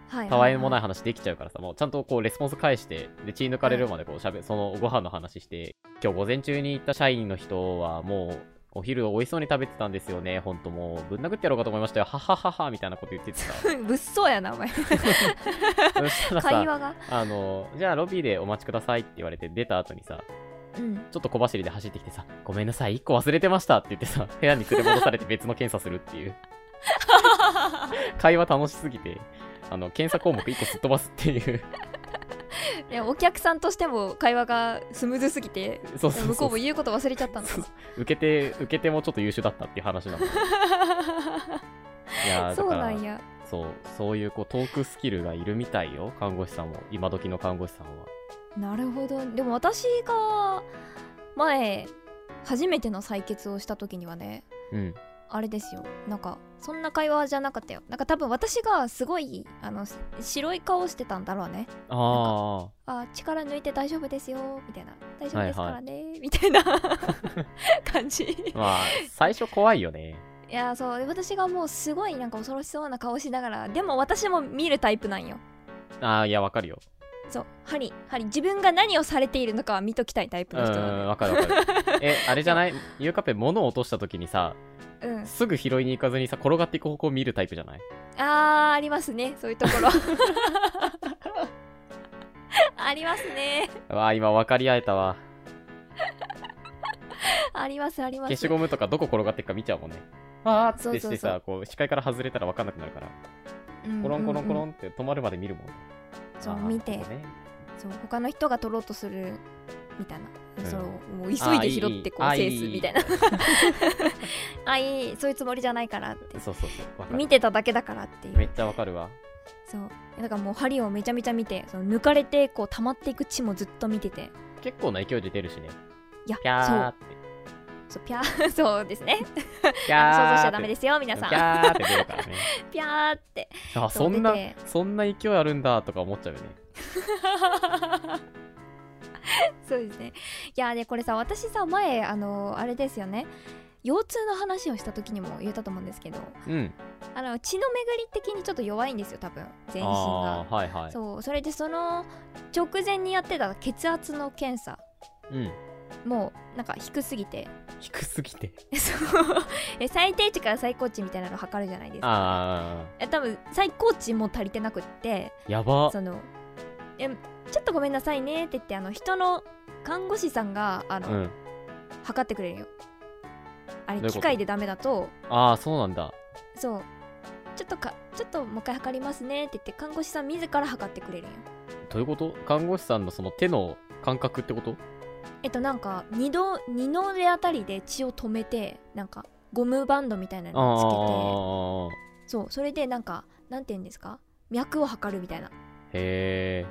[SPEAKER 2] はい
[SPEAKER 1] たわいもない
[SPEAKER 2] い
[SPEAKER 1] 話できちゃうからさもうちゃんとこうレスポンス返してで血抜かれるまでこうしゃべそのご飯の話して今日午前中に行った社員の人はもうお昼を美味しそうに食べてたんですよねほんともうぶん殴ってやろうかと思いましたよははははみたいなこと言ってて さ
[SPEAKER 2] 物騒や なお前
[SPEAKER 1] そしたら
[SPEAKER 2] 会
[SPEAKER 1] さ
[SPEAKER 2] 話が
[SPEAKER 1] あのじゃあロビーでお待ちくださいって言われて出た後にさ
[SPEAKER 2] うん
[SPEAKER 1] ちょっと小走りで走ってきてさごめんなさい1個忘れてましたって言ってさ 部屋に連れ戻されて別の検査するっていう 会話楽しすぎてあの検査項目1個すっ飛ばすっていう
[SPEAKER 2] いやお客さんとしても会話がスムーズすぎて
[SPEAKER 1] そうそうそう
[SPEAKER 2] 向こうも言うこと忘れちゃったん だ
[SPEAKER 1] そう受けて受けてもちょっと優秀だったっていう話なのいやーだ
[SPEAKER 2] そう
[SPEAKER 1] から
[SPEAKER 2] なんや
[SPEAKER 1] そうそういうこうトークスキルがいるみたいよ看護師さんも今時の看護師さんは
[SPEAKER 2] なるほどでも私が前初めての採血をした時にはね
[SPEAKER 1] うん
[SPEAKER 2] あれですよなんかそんな会話じゃなかったよなんか多分私がすごいあのし白い顔してたんだろうね
[SPEAKER 1] あ
[SPEAKER 2] あ力抜いて大丈夫ですよみたいな大丈夫ですからね、みたい な感じ
[SPEAKER 1] あ。まあ、最初怖いよね。
[SPEAKER 2] いやそうで私がもうすごいなんか恐ろしそうな顔しながらでも私も見るタイプなんよ
[SPEAKER 1] ああ、いや、わかるよ。
[SPEAKER 2] そう針針自分が何をされているのかは見ときたいタイプ
[SPEAKER 1] う、
[SPEAKER 2] の人なん
[SPEAKER 1] わかるわかる。え、あれじゃないゆうかぺ、物を落とした時にさ、
[SPEAKER 2] でうん
[SPEAKER 1] すぐ拾いに行かずにさ、転がっていく方向を見るタイプじゃない
[SPEAKER 2] あーありますねそういうとこ ろありますね
[SPEAKER 1] わあ、今分かり合えたわ。
[SPEAKER 2] ありますあります
[SPEAKER 1] 消しゴムとかどこ転がっていくか見ちゃうもんね。わあっつってし
[SPEAKER 2] そう
[SPEAKER 1] て
[SPEAKER 2] そうそう
[SPEAKER 1] さ、こう、視界から外れたら分かんなくなるから、
[SPEAKER 2] うん
[SPEAKER 1] コロンコロンコ
[SPEAKER 2] う
[SPEAKER 1] ロ
[SPEAKER 2] んうん
[SPEAKER 1] ンって止まるまで見るもん。
[SPEAKER 2] そう
[SPEAKER 1] あー
[SPEAKER 2] 見て
[SPEAKER 1] ここね
[SPEAKER 2] そう他の人が取ろうとするみたいな、
[SPEAKER 1] うん
[SPEAKER 2] そのもう急いで拾ってこ
[SPEAKER 1] あ
[SPEAKER 2] う
[SPEAKER 1] ーい
[SPEAKER 2] セ
[SPEAKER 1] いいい
[SPEAKER 2] ースみたいなあいいそういうつもりじゃないからって
[SPEAKER 1] そうそうそう。わかる
[SPEAKER 2] 見てただけだからっていう
[SPEAKER 1] めっちゃわかるわ。
[SPEAKER 2] そうだからもう針をめちゃめちゃ見てその抜かれてこう溜まっていく血もずっと見てて
[SPEAKER 1] 結構な勢いで出るしね。
[SPEAKER 2] いや
[SPEAKER 1] キャ
[SPEAKER 2] そ
[SPEAKER 1] ーっ
[SPEAKER 2] う
[SPEAKER 1] て。
[SPEAKER 2] そうピャー そうですね
[SPEAKER 1] キャ
[SPEAKER 2] あ
[SPEAKER 1] ー
[SPEAKER 2] の想像し
[SPEAKER 1] っ
[SPEAKER 2] ちゃ
[SPEAKER 1] て
[SPEAKER 2] ダメですよ皆さん
[SPEAKER 1] キャーって出るからね。
[SPEAKER 2] ピャーって
[SPEAKER 1] あ、
[SPEAKER 2] そ
[SPEAKER 1] そう
[SPEAKER 2] 出
[SPEAKER 1] んな
[SPEAKER 2] て、
[SPEAKER 1] そんな勢いあるんだとか思っちゃうよね。
[SPEAKER 2] そうですねいやでこれさ私さ前あのあれですよね腰痛の話をした時にも言ったと思うんですけど
[SPEAKER 1] うん。
[SPEAKER 2] あの血の巡り的にちょっと弱いんですよ多分全身
[SPEAKER 1] ああ、
[SPEAKER 2] が、
[SPEAKER 1] はいはい。
[SPEAKER 2] そうそれでその直前にやってた血圧の検査
[SPEAKER 1] うん。
[SPEAKER 2] もうなんか低すぎて
[SPEAKER 1] 低すぎて。
[SPEAKER 2] そうえ最低値から最高値みたいなの測るじゃないですか
[SPEAKER 1] あ
[SPEAKER 2] え多分最高値も足りてなくって
[SPEAKER 1] あ、やば。
[SPEAKER 2] そのえちょっとごめんなさいねって言ってあの人の看護師さんがあの、
[SPEAKER 1] うん。
[SPEAKER 2] 測ってくれるよあれ
[SPEAKER 1] どういうこと
[SPEAKER 2] 機械でダメだと
[SPEAKER 1] ああ、そうなんだ。
[SPEAKER 2] そうちょっとかちょっともう一回測りますねって言って看護師さん自ら測ってくれるんよ
[SPEAKER 1] どういうこと看護師さんのその手の感覚ってこと
[SPEAKER 2] えっとなんか二度二の腕あたりで血を止めてなんかゴムバンドみたいな
[SPEAKER 1] あ
[SPEAKER 2] の
[SPEAKER 1] あ、
[SPEAKER 2] をつけてそうそれでなんかなんて言うんですか脈を測るみたいな
[SPEAKER 1] へえ。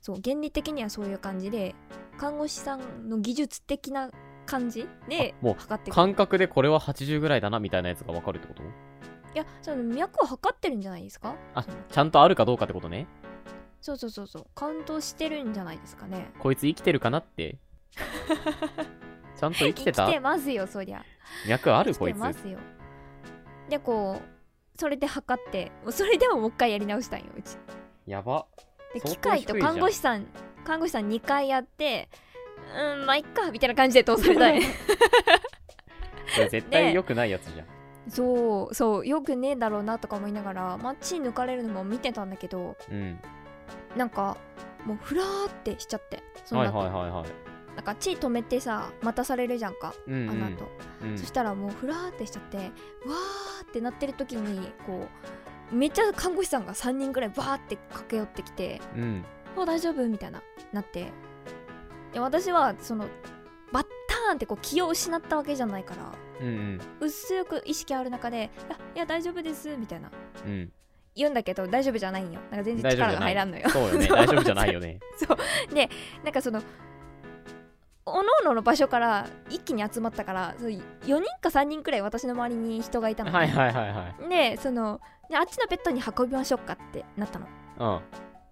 [SPEAKER 2] そう原理的にはそういう感じで看護師さんの技術的な感じで
[SPEAKER 1] あもう
[SPEAKER 2] 測ってくれる
[SPEAKER 1] 感覚でこれは80ぐらいだなみたいなやつがわかるってこと
[SPEAKER 2] いやその脈を測ってるんじゃないですか
[SPEAKER 1] あ、ちゃんとあるかどうかってことね。
[SPEAKER 2] そうそうそうそうカウントしてるんじゃないですかね
[SPEAKER 1] こいつ生きてるかな って。ちゃんと生きてた
[SPEAKER 2] てますよそりゃ
[SPEAKER 1] 脈ある
[SPEAKER 2] 生き
[SPEAKER 1] こ
[SPEAKER 2] て
[SPEAKER 1] いつ。
[SPEAKER 2] ますよでこうそれで測ってもうそれでももう一回やり直したんようち
[SPEAKER 1] やば。
[SPEAKER 2] で
[SPEAKER 1] 相当
[SPEAKER 2] 機械と
[SPEAKER 1] 低いじゃん
[SPEAKER 2] 看護師さん看護師さん2回やってうんまあいっかみたいな感じで通され たい
[SPEAKER 1] これ絶
[SPEAKER 2] ね
[SPEAKER 1] 対
[SPEAKER 2] え
[SPEAKER 1] 良くないやつじゃん。
[SPEAKER 2] そうそうよくねえだろうなとか思いながらまあ血抜かれるのも見てたんだけど
[SPEAKER 1] うん。
[SPEAKER 2] なんかもうフラーってしちゃってその
[SPEAKER 1] はい
[SPEAKER 2] 後、
[SPEAKER 1] はいはいはい。
[SPEAKER 2] なんか血止めてさ待たされるじゃんか
[SPEAKER 1] うん
[SPEAKER 2] あ
[SPEAKER 1] う
[SPEAKER 2] の
[SPEAKER 1] ん
[SPEAKER 2] 後、
[SPEAKER 1] うん
[SPEAKER 2] そしたらもうフラーってしちゃってわーってなってる時にこうめっちゃ看護師さんが3人ぐらいバーって駆け寄ってきて
[SPEAKER 1] うん。
[SPEAKER 2] 「もう大丈夫?」みたいななってで私はそのバッターンってこう気を失ったわけじゃないから
[SPEAKER 1] うんうん。
[SPEAKER 2] 薄く意識ある中で「あいや大丈夫です」みたいな
[SPEAKER 1] うん。
[SPEAKER 2] 言うんだけど大丈夫じゃないんよなんか全然
[SPEAKER 1] 大丈夫
[SPEAKER 2] 力
[SPEAKER 1] じ
[SPEAKER 2] が
[SPEAKER 1] ゃな
[SPEAKER 2] 入
[SPEAKER 1] い
[SPEAKER 2] らんのよ
[SPEAKER 1] そうよね。
[SPEAKER 2] そう
[SPEAKER 1] 大丈夫じゃないよ ね。
[SPEAKER 2] なんかそのおのおのの場所から一気に集まったから4人か3人くらい私の周りに人がいたのね、
[SPEAKER 1] はいはいはいはい。
[SPEAKER 2] でそのであっちのベッドに運びましょうかってなったの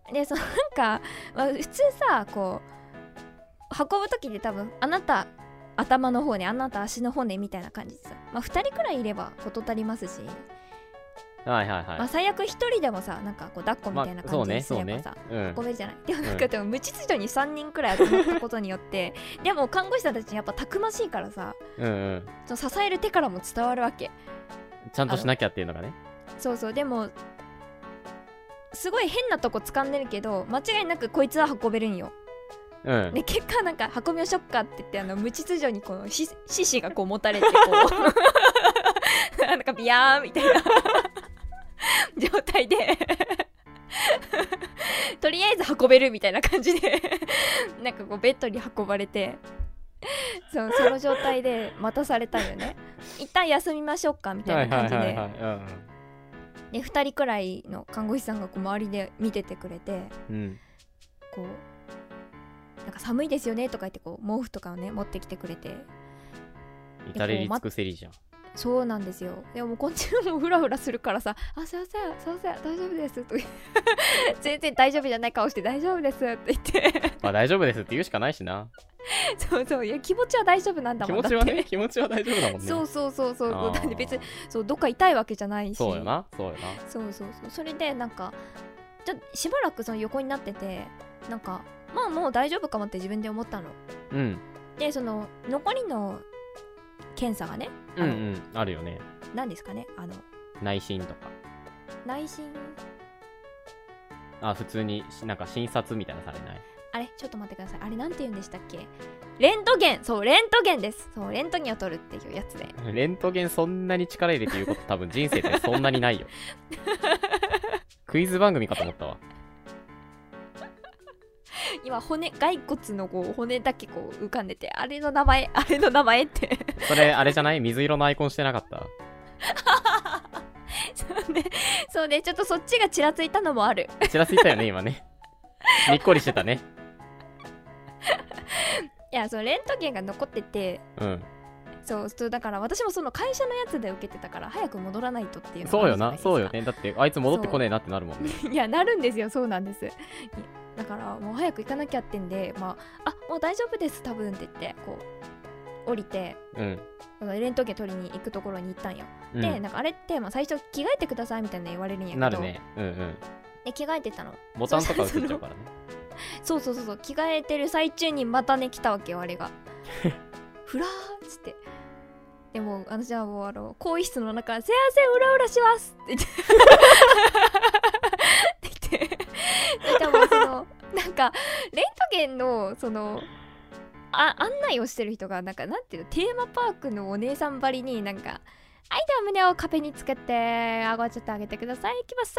[SPEAKER 1] うん。
[SPEAKER 2] でそのなんか、まあ普通さこう運ぶ時で多分あなた頭の方ねあなた足の方ねみたいな感じでさ、まあ、2人くらいいれば事足りますし、
[SPEAKER 1] はいはい
[SPEAKER 2] まあ、
[SPEAKER 1] は
[SPEAKER 2] 最悪1人でもさなんかこう抱っこ
[SPEAKER 1] い。
[SPEAKER 2] みたいな
[SPEAKER 1] そ
[SPEAKER 2] 感
[SPEAKER 1] う
[SPEAKER 2] じに
[SPEAKER 1] ね、
[SPEAKER 2] す
[SPEAKER 1] そ
[SPEAKER 2] れ
[SPEAKER 1] う
[SPEAKER 2] ば
[SPEAKER 1] ね
[SPEAKER 2] さ、。
[SPEAKER 1] うん
[SPEAKER 2] ご。めんじゃないでもなん
[SPEAKER 1] う
[SPEAKER 2] か
[SPEAKER 1] ん
[SPEAKER 2] でも無秩序に3人くらい集まったことによってでも看護師さんたちやっぱたくましいからさ
[SPEAKER 1] うんうん。
[SPEAKER 2] その支える手からも伝わるわけ
[SPEAKER 1] ちゃんとしなきゃっていうのがね。
[SPEAKER 2] そうそうでもすごい変なとこ掴んでるけど間違いなくこいつは運べるんよ
[SPEAKER 1] うん。
[SPEAKER 2] で結果なんか運びましょっかって言ってあの無秩序にこのし獅子がこう持たれてこう なんかビヤーンみたいな 状態でとりあえず運べるみたいな感じでなんかこうベッドに運ばれてそうその状態で待たされたんよね一旦休みましょうかみた
[SPEAKER 1] はいい
[SPEAKER 2] な
[SPEAKER 1] はい
[SPEAKER 2] 感じ
[SPEAKER 1] はい
[SPEAKER 2] で
[SPEAKER 1] はい。
[SPEAKER 2] で2人くらいの看護師さんがこう周りで見ててくれて
[SPEAKER 1] うんうん。
[SPEAKER 2] こうなんか寒いですよねとか言ってこう毛布とかをね持ってきてくれて
[SPEAKER 1] うん。至れり尽くせりじゃん。
[SPEAKER 2] そうなんですよでもこっちもフラフラするからさ「あすいませんすいません大丈夫です」とか 全然大丈夫じゃない顔して「大丈夫です」って言って
[SPEAKER 1] まあ大丈夫ですって言うしかないしな。
[SPEAKER 2] そうそういや気持ちは大丈夫なんだ
[SPEAKER 1] 気
[SPEAKER 2] もん
[SPEAKER 1] 持ちはね、 気持ちは大丈夫だもんね。
[SPEAKER 2] そうそうそうそう
[SPEAKER 1] あー
[SPEAKER 2] だって別にそうどっか痛いわけじゃないし
[SPEAKER 1] そうよな、そうよ
[SPEAKER 2] そうそうそうそれでなんかちょしばらくその横になっててなんかまあもう大丈夫かもって自分で思ったの
[SPEAKER 1] な。うん。
[SPEAKER 2] でその残りの検査がね
[SPEAKER 1] うんうん、あるよね。
[SPEAKER 2] 何ですかねあの
[SPEAKER 1] 内診とか。
[SPEAKER 2] 内心
[SPEAKER 1] あ、普通に、しなんか診察みたいなのされない。
[SPEAKER 2] あれちょっと待ってくださいあれなんて言うんでしたっけレントゲンそうレントゲンですそうレントゲンを取るっていうやつで
[SPEAKER 1] レントゲンそんなに力入れて言うこと多分人生でそんなに ないよ。クイズ番組かと思ったわ。
[SPEAKER 2] 今骨骸骨のこう骨だけこう浮かんでてあれの名前あれの名前って
[SPEAKER 1] それ、あれじゃない水色のアイコンしてなかった。
[SPEAKER 2] そうねそうねちょっとそっちがちらついたのもある
[SPEAKER 1] ちらついたよね、今 ね。にっこりしてたね。
[SPEAKER 2] いやそのレントゲンが残ってて
[SPEAKER 1] うん。
[SPEAKER 2] そうそうだから私もその会社のやつで受けてたから早く戻らないとっていうのが
[SPEAKER 1] そうよ
[SPEAKER 2] あ
[SPEAKER 1] な、
[SPEAKER 2] るじ
[SPEAKER 1] そう
[SPEAKER 2] ゃ
[SPEAKER 1] よ
[SPEAKER 2] いで
[SPEAKER 1] ね。だって、あいつ戻ってこねえなってなるもんね。
[SPEAKER 2] すかいやなるんですよそうなんですいだからもう早く行かなきゃってんでまああもう大丈夫です多分って言ってこう降りて
[SPEAKER 1] うん。
[SPEAKER 2] そのレントゲン取りに行くところに行ったんよ、
[SPEAKER 1] う
[SPEAKER 2] で
[SPEAKER 1] ん。
[SPEAKER 2] なんかあれって、まあ、最初着替えてくださいみたいな言われるんやけど
[SPEAKER 1] なるね。うんうん。
[SPEAKER 2] で着替えてたの
[SPEAKER 1] ボタンとか映っちゃうからね。
[SPEAKER 2] そうそうそうそう着替えてる最中にまたね来たわけよあれがふらーっつってでも私はもうあの更衣室の中「すいませんうらうらします」って言ってって言ってでもそのなんかレントゲンのそのあ案内をしてる人がなんかなんていうのテーマパークのお姉さんばりになんかはい、では胸を壁につけて、顎をちょっと上げてください。いきます。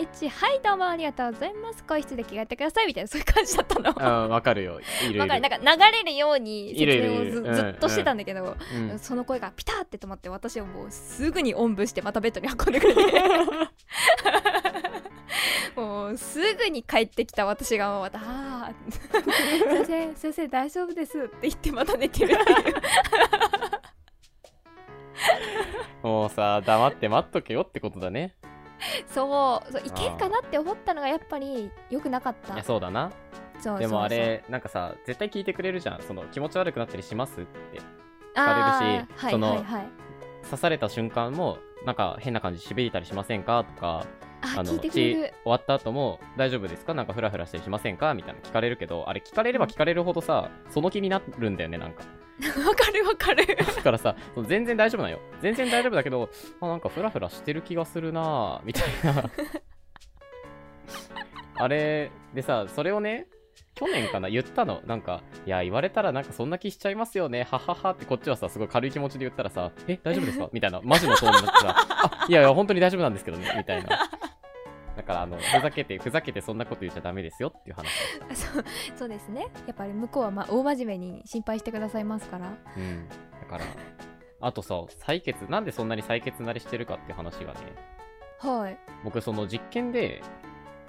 [SPEAKER 2] 3、2、1。はい、どうもありがとうございます。更衣室で着替えてください。みたいな、そういう感じだったの。わ
[SPEAKER 1] うん、わかるよ。いるい
[SPEAKER 2] かる
[SPEAKER 1] る
[SPEAKER 2] なん。か流れるように説
[SPEAKER 1] いるいる
[SPEAKER 2] 明をず
[SPEAKER 1] いるうん
[SPEAKER 2] ずっとしてたんだけど、
[SPEAKER 1] うん
[SPEAKER 2] その声がピタって止まって私はもうすぐにおんぶしてまたベッドに運んでく れてもうすぐに帰ってきた私がもうまた「あー先生先生大丈夫です」って言ってまた寝 てるっていう
[SPEAKER 1] もうさ、黙って待っとけよってことだね。
[SPEAKER 2] そうそういけるかなって思ったのがやっぱり良くなか
[SPEAKER 1] い
[SPEAKER 2] った
[SPEAKER 1] や、そうだな。
[SPEAKER 2] そう
[SPEAKER 1] で
[SPEAKER 2] そうそう
[SPEAKER 1] もあれ、なんかさ、絶対聞いてくれるじゃん。その気持ち悪くなったりしますって。
[SPEAKER 2] あ
[SPEAKER 1] 疲れるし
[SPEAKER 2] ーはい
[SPEAKER 1] その
[SPEAKER 2] はいはい
[SPEAKER 1] 刺された瞬間も、なんか変な感じしびれたりしませんかとか、
[SPEAKER 2] あ
[SPEAKER 1] の
[SPEAKER 2] 聞いてくれる
[SPEAKER 1] 血終わった後も大丈夫ですかなんかフラフラしたりしませんかみたいな聞かれるけど、あれ聞かれれば聞かれるほどさ、その気になるんだよね、なんか。
[SPEAKER 2] わかるわかる
[SPEAKER 1] だからさ、その全然大丈夫なんよ。全然大丈夫だけど、あ、なんかフラフラしてる気がするなぁ、みたいな。 あれ、でさ、それをね、去年かな、言ったの。なんか、いや、言われたらなんかそんな気しちゃいますよね、はははってこっちはさ、すごい軽い気持ちで言ったらさ、え、大丈夫ですかみたいな、マジのトーンになってさ、あ、いやいや、本当に大丈夫なんですけどね、みたいな。だから、あの、ふざけて、ふざけてそんなこと言っちゃダメですよっていう話。
[SPEAKER 2] そう そうですねやっぱり向こうはまあ大真面目に心配してくださいますから
[SPEAKER 1] うん。だから、あとさ、採血、なんでそんなに採血慣れしてるかっていう話がね、
[SPEAKER 2] はい、
[SPEAKER 1] 僕その実験で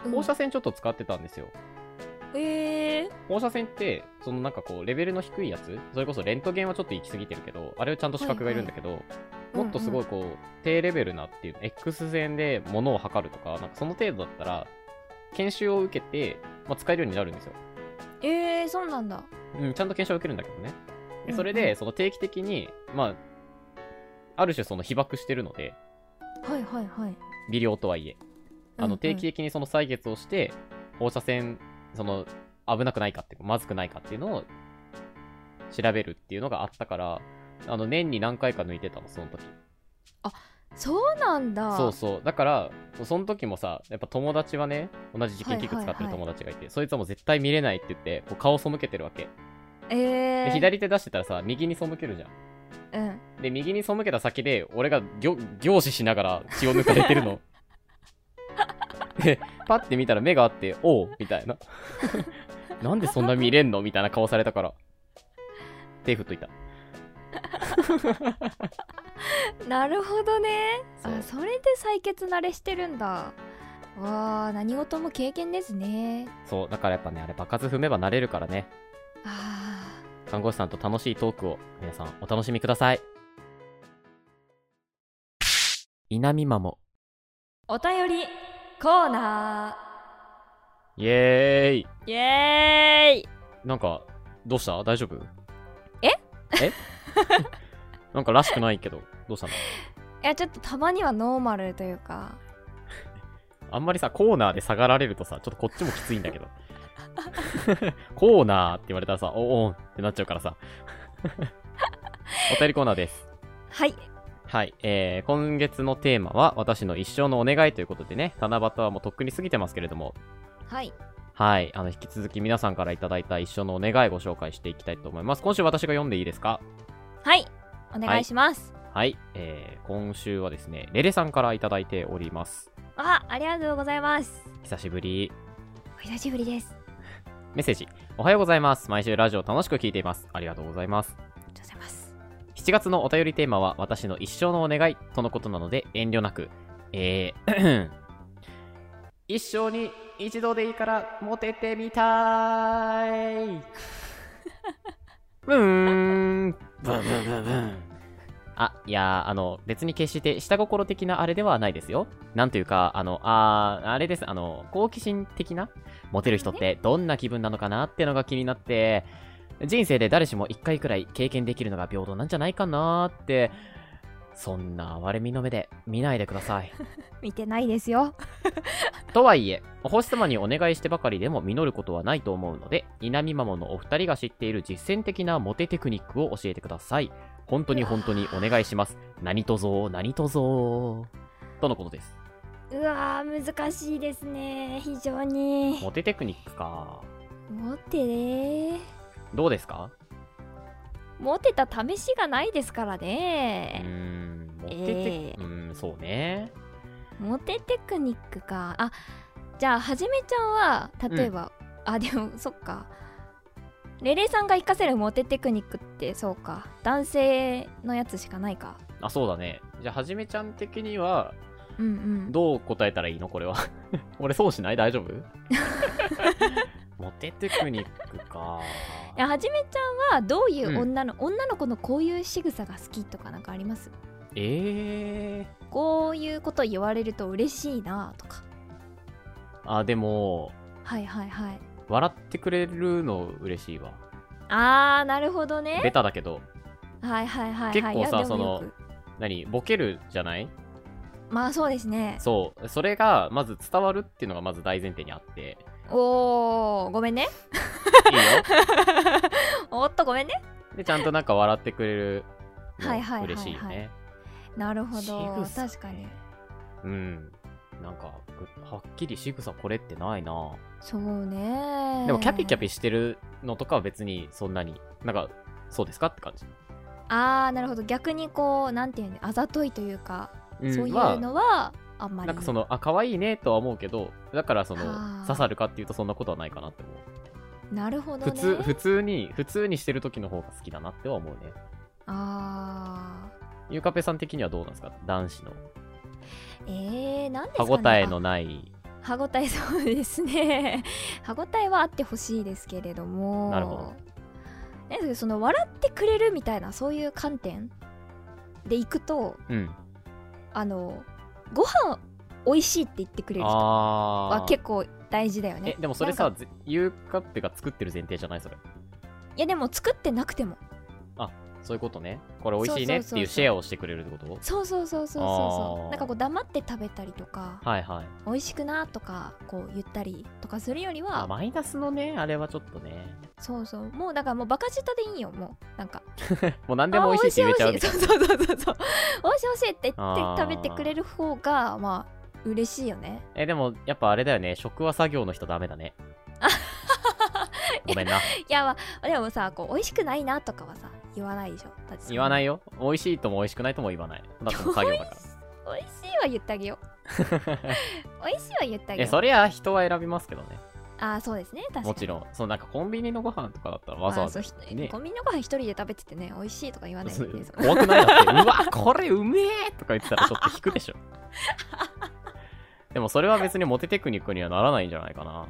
[SPEAKER 2] うん
[SPEAKER 1] 放射線ちょっと使ってたんですよ、
[SPEAKER 2] えー、
[SPEAKER 1] 放射線ってそのなんかこうレベルの低いやつそれこそレントゲンはちょっと行き過ぎてるけどあれはちゃんと資格がいるんだけど、もっとすごいこう、低レベルなっていう X 線で物を測るとかなんかその程度だったら研修を受けて、まあ、使えるようになるんですよ、
[SPEAKER 2] えー、そうなんだ
[SPEAKER 1] うん、ちゃんと検証を受けるんだけどね
[SPEAKER 2] う
[SPEAKER 1] で
[SPEAKER 2] んうん
[SPEAKER 1] それでその定期的にまあある種その被爆してるので
[SPEAKER 2] はいはいはい
[SPEAKER 1] 微量とはいえあ
[SPEAKER 2] うんう
[SPEAKER 1] の
[SPEAKER 2] ん
[SPEAKER 1] 定期的にその採血をして、放射線、その危なくないかっていうか、まずくないかっていうのを調べるっていうのがあったから、あの年に何回か抜いてたの、その時。
[SPEAKER 2] そうなんだ
[SPEAKER 1] そうそう。だから、その時もさ、やっぱ友達はね、同じ実験器具使ってる友達がいて、そいつはもう絶対見れないって言って、こう顔背けてるわけ。
[SPEAKER 2] え
[SPEAKER 1] で
[SPEAKER 2] ー、
[SPEAKER 1] 左手出してたらさ、右に背けるじゃん。
[SPEAKER 2] うん
[SPEAKER 1] で、右に背けた先で、俺が凝凝視しながら血を抜かれて るの。で、パッて見たら目があって、おうみたいな。なんでそんな見れんのみたいな顔されたから。手振っといた。
[SPEAKER 2] なるほどね
[SPEAKER 1] そう
[SPEAKER 2] あそれで採血慣れしてるんだわあ何事も経験ですね
[SPEAKER 1] そう、だからやっぱね、あれ、場数踏めば慣れるからね。
[SPEAKER 2] ああ
[SPEAKER 1] 看護師さんと楽しいトークを皆さんお楽しみください。
[SPEAKER 3] 稲見まも。
[SPEAKER 2] お便りコーナ
[SPEAKER 1] イエーイ
[SPEAKER 2] ーイエーイ
[SPEAKER 1] なんかどうした大丈夫
[SPEAKER 2] え
[SPEAKER 1] え なんからしくないけどどうしたの
[SPEAKER 2] いやちょっとたまにはノーマルというか
[SPEAKER 1] あんまりさコーナーで下がられるとさちょっとこっちもきついんだけど コーナーって言われたらさおおんってなっちゃうからさ お便りコーナーです
[SPEAKER 2] はい
[SPEAKER 1] はい、えー今月のテーマは私の一生のお願いということでね、七夕はもうとっくに過ぎてますけれども、
[SPEAKER 2] はい
[SPEAKER 1] はい、あの引き続き皆さんからいただいた一生のお願いご紹介していきたいと思います。今週私が読んでいいですか
[SPEAKER 2] はいお願いします、
[SPEAKER 1] はい、えー今週はですね、レレさんからいただいております。
[SPEAKER 2] あありがとうございます
[SPEAKER 1] 久しぶり。
[SPEAKER 2] お久しぶりです
[SPEAKER 1] メッセージ。おはようございます。毎週ラジオ楽しく聞いています。ありがとうございます。
[SPEAKER 2] ありがとうございます
[SPEAKER 1] 7月のお便りテーマは私の一生のお願いとのことなので遠慮なく、えー、 一生に一度でいいからモテてみたい。ブーン、ブンブンブンブン。あ、いやー、あの、別に決して下心的なあれではないですよ。なんというか、あの、あー、あれです、あの、好奇心的なモテる人ってどんな気分なのかなってのが気になって、人生で誰しも一回くらい経験できるのが平等なんじゃないかなーって、そんな哀れみの目で見ないでください。
[SPEAKER 2] 見てないですよ
[SPEAKER 1] とはいえ、お星様にお願いしてばかりでも実ることはないと思うので、稲見マモのお二人が知っている実践的なモテテクニックを教えてください。本当に本当にお願いします。何とぞ、何とぞ。とのことです。
[SPEAKER 2] うわー難しいですね非常に
[SPEAKER 1] モテテクニックか。
[SPEAKER 2] モテね
[SPEAKER 1] どうですか
[SPEAKER 2] モテた試しがないですから
[SPEAKER 1] うー
[SPEAKER 2] ね、
[SPEAKER 1] ん、モテテ、
[SPEAKER 2] ええ
[SPEAKER 1] うーん、そうね。
[SPEAKER 2] モテテクニックかあじゃあはじめちゃんは例えば、あでもそっかレレさんが活かせるモテテクニックってそうか男性のやつしかないか
[SPEAKER 1] あ、そうだね。じゃあ、はじめちゃん的には、
[SPEAKER 2] うんうん
[SPEAKER 1] どう答えたらいいのこれは。 俺、そうしない大丈夫モテテクニックか。
[SPEAKER 2] いやはじめちゃんはどういう
[SPEAKER 1] うん
[SPEAKER 2] 女の、女の子のこういう仕草が好きとかなんかあります
[SPEAKER 1] ええ
[SPEAKER 2] こういうこと言われると嬉しいなとか
[SPEAKER 1] あ、でも、
[SPEAKER 2] はいはいはい
[SPEAKER 1] 笑ってくれるの嬉しいわ。
[SPEAKER 2] あーなるほど
[SPEAKER 1] ベ
[SPEAKER 2] ね
[SPEAKER 1] タだけど、
[SPEAKER 2] はいはいはいはい
[SPEAKER 1] 結構さ
[SPEAKER 2] いやでも
[SPEAKER 1] その
[SPEAKER 2] よく
[SPEAKER 1] 何ボケるじゃない
[SPEAKER 2] まあそうですね
[SPEAKER 1] そう。それが、まず伝わるっていうのがまず大前提にあ って。
[SPEAKER 2] おーごめん
[SPEAKER 1] いい
[SPEAKER 2] ね
[SPEAKER 1] よ。
[SPEAKER 2] おっとごめんね
[SPEAKER 1] で、ちゃんとなんか笑ってくれる
[SPEAKER 2] はいはいはい
[SPEAKER 1] の
[SPEAKER 2] はい
[SPEAKER 1] 嬉しいよね。
[SPEAKER 2] なるほど
[SPEAKER 1] 仕草ね
[SPEAKER 2] 確かに
[SPEAKER 1] うん。なんか、ぐはっきり仕草これってないな
[SPEAKER 2] そうね
[SPEAKER 1] でもキャピキャ
[SPEAKER 2] ピ
[SPEAKER 1] ピしてるのとかは別にそんなになんかそうですかって感じ、
[SPEAKER 2] あーなるほど逆にこうなんていうのあざといというか、
[SPEAKER 1] うん
[SPEAKER 2] そういう
[SPEAKER 1] ま
[SPEAKER 2] のはあんま
[SPEAKER 1] あ
[SPEAKER 2] り
[SPEAKER 1] なんかそのあ可愛いねとは思うけどだからその
[SPEAKER 2] あー
[SPEAKER 1] 刺さるかっていうとそんなことはないかなって思う
[SPEAKER 2] なるほど
[SPEAKER 1] 普
[SPEAKER 2] ね
[SPEAKER 1] 通普通に普通にしてる時の方が好きだなっては思うね
[SPEAKER 2] あー
[SPEAKER 1] ゆうかぺさん的にはどうなんですか男子の
[SPEAKER 2] えー、なんです
[SPEAKER 1] 歯
[SPEAKER 2] か、ね、
[SPEAKER 1] 応えのない
[SPEAKER 2] あ歯ごたえそうですね 歯ごたえはあってほしいですけれども
[SPEAKER 1] なるほど
[SPEAKER 2] なんですけどその笑ってくれるみたいなそういう観点でいくと
[SPEAKER 1] うん
[SPEAKER 2] あのご飯美味しいって言ってくれる人
[SPEAKER 1] あ
[SPEAKER 2] は
[SPEAKER 1] ー
[SPEAKER 2] 結構大事だよね
[SPEAKER 1] えでもそれ
[SPEAKER 2] な
[SPEAKER 1] さ
[SPEAKER 2] んか
[SPEAKER 1] ぜゆうかぺが作ってる前提じゃないそれ
[SPEAKER 2] いやでも作ってなくても
[SPEAKER 1] そういうことねこれ美味しいねっていうシェアをしてくれるってこと
[SPEAKER 2] そうそうそうそうそうそ
[SPEAKER 1] あー
[SPEAKER 2] うなんかこう黙って食べたりとか
[SPEAKER 1] はいはい
[SPEAKER 2] 美味しくなとかこう言ったりとかするより
[SPEAKER 1] あ
[SPEAKER 2] は
[SPEAKER 1] マイナスのねあれはちょっとね
[SPEAKER 2] そうそうもうだからもうバカ舌でいいよもうなんか
[SPEAKER 1] もう何でも美味しいって言えちゃうみたいな
[SPEAKER 2] あ美味しい美味しいそうそうそうそう美味しい美味しいって言
[SPEAKER 1] あ
[SPEAKER 2] っ
[SPEAKER 1] ー
[SPEAKER 2] て食べてくれる方がまあ嬉しいよね
[SPEAKER 1] え、でも、やっぱあれだよね。食は作業の人ダメだね。ごめんな。
[SPEAKER 2] いやまあでもさこう美味しくないなとかはさ言わないでしょだって
[SPEAKER 1] 言わないいよ。美味しいとも美味しくないとも言わない。だってもう作業だか
[SPEAKER 2] 美味しいは言ってあげよう美味しいは言ってあ
[SPEAKER 1] ら。
[SPEAKER 2] げ
[SPEAKER 1] え、
[SPEAKER 2] よう
[SPEAKER 1] そりゃ人は選びますけどね。
[SPEAKER 2] あーそうですね確かに
[SPEAKER 1] もちろん。そのなんかコンビニのご飯とかだったらわざわざ。
[SPEAKER 2] あーそうひ
[SPEAKER 1] ね
[SPEAKER 2] コンビニのご飯一人で食べててね美味しいとか言わないで
[SPEAKER 1] そう
[SPEAKER 2] ねその
[SPEAKER 1] 怖くないだって。うわ、これうめえとか言ってたらちょっと引くでしょ。でもそれは別にモテテクニックにはならないんじゃないかな。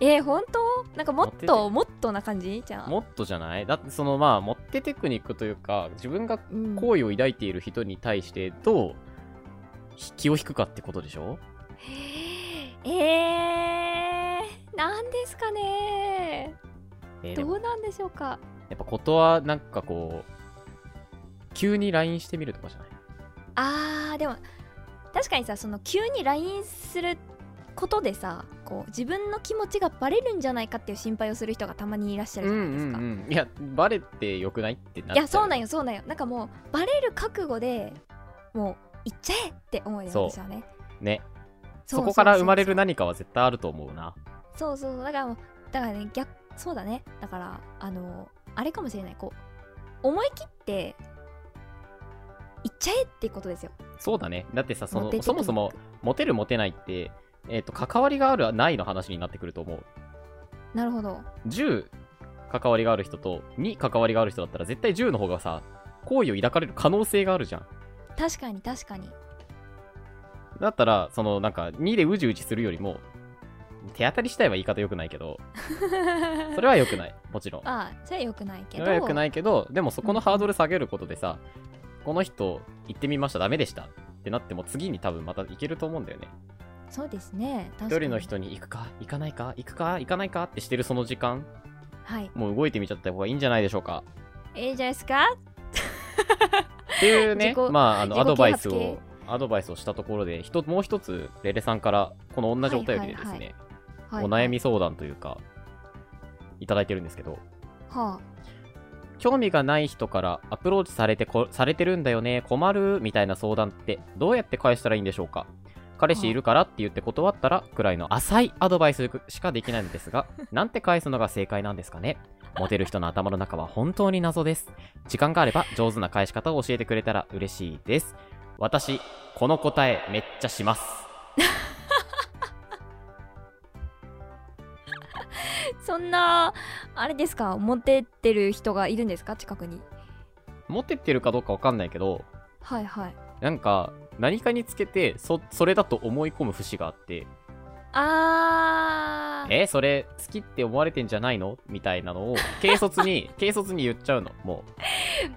[SPEAKER 2] えー、本当なんかもっ
[SPEAKER 1] 持ってて
[SPEAKER 2] ともっとな感じじゃん
[SPEAKER 1] もっとじゃないだってそのまあ、モテテクニックというか、自分が
[SPEAKER 2] うん
[SPEAKER 1] 好意を抱いている人に対してどう気を引くかってことでしょ
[SPEAKER 2] えー、なんですかね
[SPEAKER 1] えーで
[SPEAKER 2] ど
[SPEAKER 1] も
[SPEAKER 2] うなんでしょうか
[SPEAKER 1] やっぱことはなんかこう急に LINE してみるとかじゃない
[SPEAKER 2] あーでも確かにさその急に LINE することでさこう自分の気持ちがバレるんじゃないかっていう心配をする人がたまにいらっしゃるじゃないですか、
[SPEAKER 1] いやバレてよくないってなっ
[SPEAKER 2] いやそうなん
[SPEAKER 1] よ
[SPEAKER 2] よそうなんよなんかもうバレる覚悟でもう行っちゃえって思うよね
[SPEAKER 1] そう
[SPEAKER 2] 私はね
[SPEAKER 1] ね
[SPEAKER 2] う
[SPEAKER 1] そうこから
[SPEAKER 2] う
[SPEAKER 1] 生まれる
[SPEAKER 2] そう
[SPEAKER 1] 何かは絶対あると思うな
[SPEAKER 2] そうそうそうだからもうだからね逆そうだねだからあのあれかもしれないこう思い切って行っちゃえってことですよ
[SPEAKER 1] そうだねだってさそ
[SPEAKER 2] モテ
[SPEAKER 1] の
[SPEAKER 2] テク
[SPEAKER 1] そもそもモテるモテないってえっ、と関わりがあるないの話になってくると思う
[SPEAKER 2] なるほど
[SPEAKER 1] 10関わりがある人と2関わりがある人だったら絶対10の方がさ好意を抱かれる可能性があるじゃん
[SPEAKER 2] 確かに確かに
[SPEAKER 1] だったらそのなんか2でうじうじするよりも手当たりしたいは言い方良くないけどそれは良くないもちろん
[SPEAKER 2] ああそれは良くないけ
[SPEAKER 1] そ
[SPEAKER 2] ど
[SPEAKER 1] れは良くないけどでもそこのハードル下げることでさこの人行ってみましたダメでしたってなっても次に多分また行けると思うんだよね
[SPEAKER 2] そうですね確かに
[SPEAKER 1] 一人の人に行くか行かないか行くか行かないかってしてるその時間
[SPEAKER 2] はい
[SPEAKER 1] もう動いてみちゃった方がいいんじゃないでしょうか
[SPEAKER 2] ええじゃないですか
[SPEAKER 1] っていうね
[SPEAKER 2] 自己、
[SPEAKER 1] まあ、あの、
[SPEAKER 2] 自己
[SPEAKER 1] アドバイス
[SPEAKER 2] 啓
[SPEAKER 1] を、アドバイスをしたところで、ひともう一つ、レレさんから、この同じお便りでです
[SPEAKER 2] はいは
[SPEAKER 1] ね、
[SPEAKER 2] はい
[SPEAKER 1] お悩み相談というか、いただいてるんですけど、
[SPEAKER 2] は
[SPEAKER 1] 興味がない人からアプローチされてこ、されてるんだよね、困る、みたいな相談って、どうやって返したらいいんでしょうか彼氏いるからって言って断ったら、くらいの浅いアドバイスしかできないのですが、なんて返すのが正解なんですかねモテる人の頭の中は本当に謎です。時間があれば上手な返し方を教えてくれたら嬉しいです。私、この答えめっちゃします。
[SPEAKER 2] あそんなあれですかモテてる人がいるんですか近くに
[SPEAKER 1] モテてるかどうかわかんないけど、
[SPEAKER 2] はいはい
[SPEAKER 1] なんか、何かにつけて、そ、それだと思い込む節があって、
[SPEAKER 2] あー
[SPEAKER 1] えそれ好きって思われてんじゃないのみたいなのを軽率に軽率に言っちゃうのも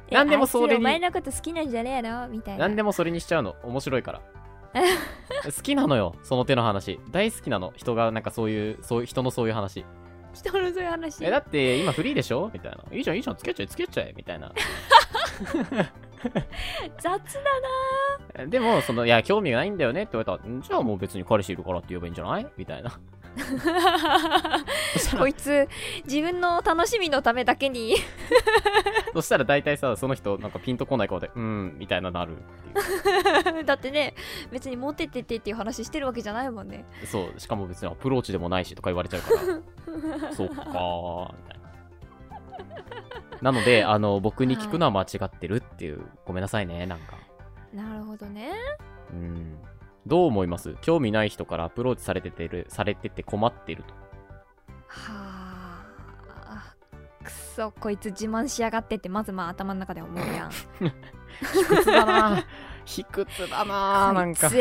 [SPEAKER 2] え
[SPEAKER 1] なんでもそれに
[SPEAKER 2] あいつお前のこと好きなんじゃねえのみた
[SPEAKER 1] う
[SPEAKER 2] いな
[SPEAKER 1] 何でもそれにしちゃうの面白いから好きなのよその手の話大好きなの人がなんかそういうそういう人のそういう話
[SPEAKER 2] 人のそういう話
[SPEAKER 1] えだって今フリーでしょみたいないいじゃんいいじゃんつけちゃえつけちゃえみたいな
[SPEAKER 2] 雑だ な
[SPEAKER 1] でもそのいや興味がないんだよねって言われたらんじゃあもう別に彼氏いるからって言えばいいんじゃないみたいなそしたら
[SPEAKER 2] こいつ自分の楽しみのためだけに
[SPEAKER 1] そしたら大体さその人なんかピンとこない顔でうんみたいななるっていう
[SPEAKER 2] だってね別にモテててっていう話してるわけじゃないもんね
[SPEAKER 1] そう、しかも別にアプローチでもないしとか言われちゃうから、そっかー、みたいな。なので、あの、僕に聞くのは間違ってるっていう、ごめんなさいね、なんか。
[SPEAKER 2] なるほどね
[SPEAKER 1] うん。どう思います興味ない人からアプローチされててる、されてて困ってると。
[SPEAKER 2] はあくそこいつ自慢しやがってってまずまあ頭の中で思う やん
[SPEAKER 1] 卑屈だな 卑屈だななん
[SPEAKER 2] こい
[SPEAKER 1] か。
[SPEAKER 2] つ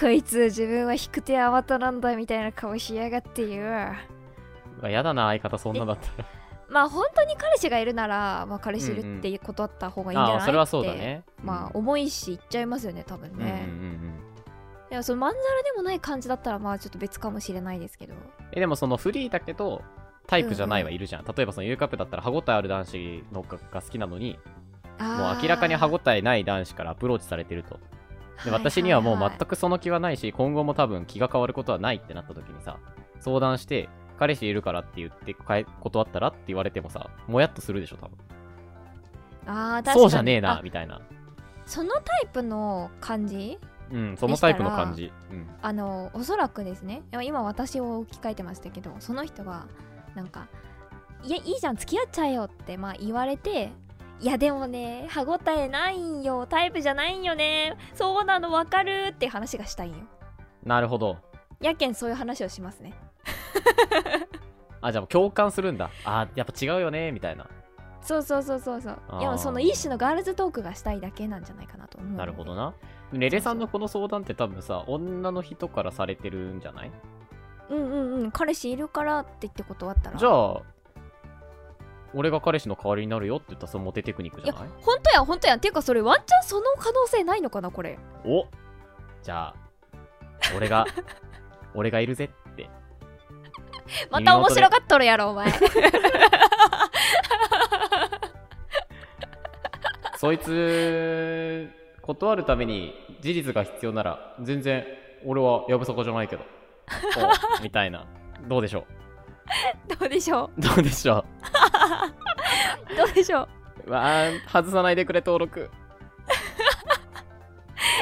[SPEAKER 2] こいつ自分は引く手あわたなんだみたいな顔しやがってよ
[SPEAKER 1] やだな、相方そんなだったら。
[SPEAKER 2] まあ本当に彼氏がいるなら、まあ、彼氏いるって断った方がいいんじゃない、
[SPEAKER 1] ああ、それはそうだね。
[SPEAKER 2] まあ
[SPEAKER 1] うん
[SPEAKER 2] 重いし言っちゃいますよね多分
[SPEAKER 1] うんうんうん
[SPEAKER 2] ね、
[SPEAKER 1] うん。
[SPEAKER 2] いやそのまんざらでもない感じだったらまあちょっと別かもしれないですけど
[SPEAKER 1] え、でもそのフリーだけど、タイプじゃないはいるじゃん。例えばその U カップだったら歯応えある男子のがが好きなのに、も
[SPEAKER 2] も
[SPEAKER 1] う明らかに歯応えない男子からアプローチされてると。で私にはもう全くその気はないし、今後も多分気が変わることはないってなった時にさ、相談して、彼氏いるからって言ってかえ断ったらって言われてもさ、もやっとするでしょ、多分。
[SPEAKER 2] あー確かに
[SPEAKER 1] そうじゃねえな、
[SPEAKER 2] あ
[SPEAKER 1] みたいな。
[SPEAKER 2] そのタイプの感じ
[SPEAKER 1] うん、そのタイプの感じ。うん。
[SPEAKER 2] あのおそらくですねいや今私を置き換えてましたけどその人はなんか「いやいいじゃん付き合っちゃえよ」ってまあ言われて「いやでもね歯応えないんよタイプじゃないんよねそうなのわかる」って話がしたいんよ
[SPEAKER 1] なるほど。
[SPEAKER 2] やけんそういう話をしますね
[SPEAKER 1] あ、じゃあもう共感するんだ。あ、やっぱ違うよね、みたいな。
[SPEAKER 2] そうそうそうそうそう
[SPEAKER 1] あー
[SPEAKER 2] いやその一種のガールズトークがしたいだけなんじゃないかなと思うので
[SPEAKER 1] なるほどな。レレさんのこの相談って多分さ、女の人からされてるんじゃない
[SPEAKER 2] うんうんうん彼氏いるからって言って断ったら
[SPEAKER 1] じゃあ、俺が彼氏の代わりになるよって言ったらそのモテテクニックじゃない
[SPEAKER 2] 本当や本当やっていうかそれワンチャンその可能性ないのかなこれ
[SPEAKER 1] おじゃあ、俺 が、俺がいるぜって。
[SPEAKER 2] また面白がっとるやろ お前
[SPEAKER 1] そいつ、断るために事実が必要なら、全然、俺はやぶさかじゃ ないけど。おうみたいな。どうでしょ
[SPEAKER 2] どうでしょ
[SPEAKER 1] うどうでしょ
[SPEAKER 2] うどうでしょう
[SPEAKER 1] うわあ、外さないでくれ、登録。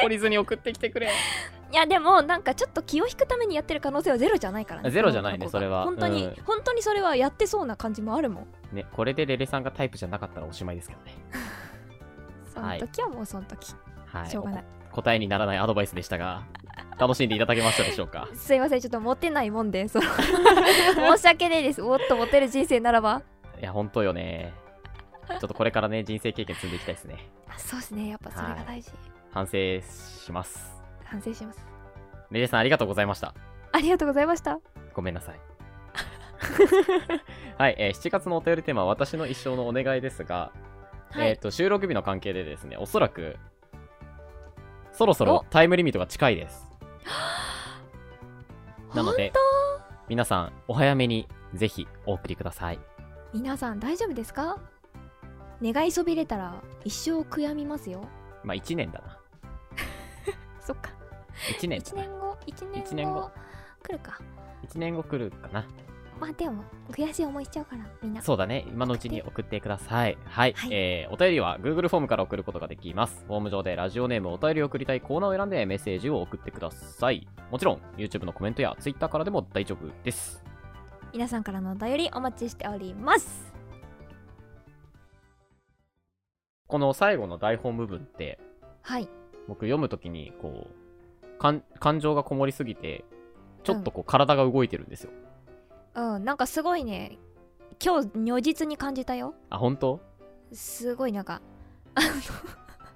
[SPEAKER 1] 懲りずに送ってきてくれ。
[SPEAKER 2] いやでもなんかちょっと気を引くためにやってる可能性はゼロじゃないからね
[SPEAKER 1] ゼロじゃないね
[SPEAKER 2] この子が
[SPEAKER 1] それは
[SPEAKER 2] 本当に、
[SPEAKER 1] うん
[SPEAKER 2] 本当にそれはやってそうな感じもあるもん
[SPEAKER 1] ね、これでレレさんがタイプじゃなかったらおしまいですけどね。
[SPEAKER 2] その時はもうその時、
[SPEAKER 1] はい。
[SPEAKER 2] しょうがない
[SPEAKER 1] お答えにならないアドバイスでしたが、楽しんでいただけましたでしょうか。
[SPEAKER 2] すいませんちょっとモテないもん でその申し訳ないですもっとモテる人生ならば
[SPEAKER 1] いや、本当よね。ちょっとこれからね、人生経験積んでいきたいですね。
[SPEAKER 2] あそうですねやっぱそれが大事、
[SPEAKER 1] 反省します。
[SPEAKER 2] 反省します
[SPEAKER 1] レレさん、ありがとうございました。
[SPEAKER 2] ありがとうございました
[SPEAKER 1] ごめんな さい。はい、えー7月のお便りテーマは私の一生のお願いですが、
[SPEAKER 2] はい
[SPEAKER 1] えっ、と、収録日の関係でですね、おそらく、そろそろタイムリミットが近いです。なので
[SPEAKER 2] 本、
[SPEAKER 1] 皆さん、お早めにぜひお送りください。
[SPEAKER 2] 当皆さん大丈夫ですか願いそびれたら一生悔やみますよ
[SPEAKER 1] まあ、1年だな。
[SPEAKER 2] そっか
[SPEAKER 1] 1年だ
[SPEAKER 2] 1
[SPEAKER 1] な。
[SPEAKER 2] 年後1年後
[SPEAKER 1] 一年後
[SPEAKER 2] 来るか
[SPEAKER 1] 1年後来るかな。
[SPEAKER 2] まあでも悔しい思いしちゃうからみんな
[SPEAKER 1] そうだね。今のうちに送ってください。はい。
[SPEAKER 2] はい
[SPEAKER 1] えーお便りは Google フォームから送ることができます。フォーム上でラジオネーム、お便りを送りたいコーナーを選んでメッセージを送ってください。もちろん、YouTube のコメントや Twitter からでも大丈夫です。
[SPEAKER 2] 皆さんからのお便りお待ちしております
[SPEAKER 1] この最後の台本部分って、
[SPEAKER 2] はい
[SPEAKER 1] 僕読むときに、こう、感感情がこもりすぎて、ちょっとこう体が動いてるんですよ。
[SPEAKER 2] うんなんかすごいね今日如実に感じたよ
[SPEAKER 1] あ、本当
[SPEAKER 2] すごいなんか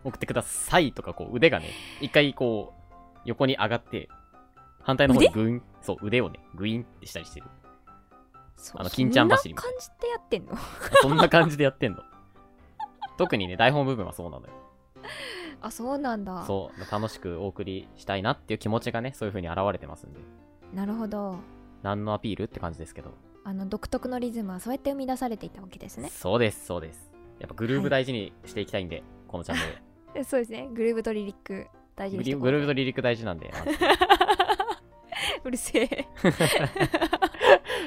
[SPEAKER 1] 送ってくださいとか、こう腕がね、一回こう、横に上がって、反対の方にグイン、そう、腕をね、グインってしたりしてる。
[SPEAKER 2] そう
[SPEAKER 1] あの金ちゃん走りみ
[SPEAKER 2] そ
[SPEAKER 1] た
[SPEAKER 2] んな感じてやってんの
[SPEAKER 1] そんな感じでやってんの。特にね、台本部分はそうなのよ。
[SPEAKER 2] あそうなんだ
[SPEAKER 1] そう、楽しくお送りしたいなっていう気持ちがね、そういう風に表れてますんで。
[SPEAKER 2] なるほど
[SPEAKER 1] 何のアピールって感じですけど。
[SPEAKER 2] あの独特のリズムはそうやって生み出されていたわけですね
[SPEAKER 1] そうです、そうです。やっぱグルー
[SPEAKER 2] は
[SPEAKER 1] ブ
[SPEAKER 2] い
[SPEAKER 1] 大事にしていきたいんで、このチャンネ
[SPEAKER 2] え そうですねグルーブとリリック大事
[SPEAKER 1] ル。グリ
[SPEAKER 2] にしていこう
[SPEAKER 1] グルーブと離陸大事なんで、 まあ
[SPEAKER 2] うるせえ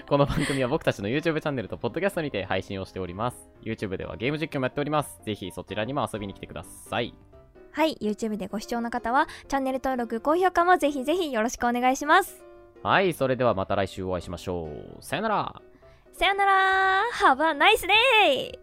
[SPEAKER 1] この番組は僕たちの YouTube チャンネルと Podcast にて配信をしております。YouTube ではゲーム実況もやっております。ぜひそちらにも遊びに来てください。
[SPEAKER 2] はい YouTube でご視聴の方はチャンネル登録高評価もぜひぜひよろしくお願いします
[SPEAKER 1] はい、それではまた来週お会いしましょう。さよなら
[SPEAKER 2] さよなら Have a nice day!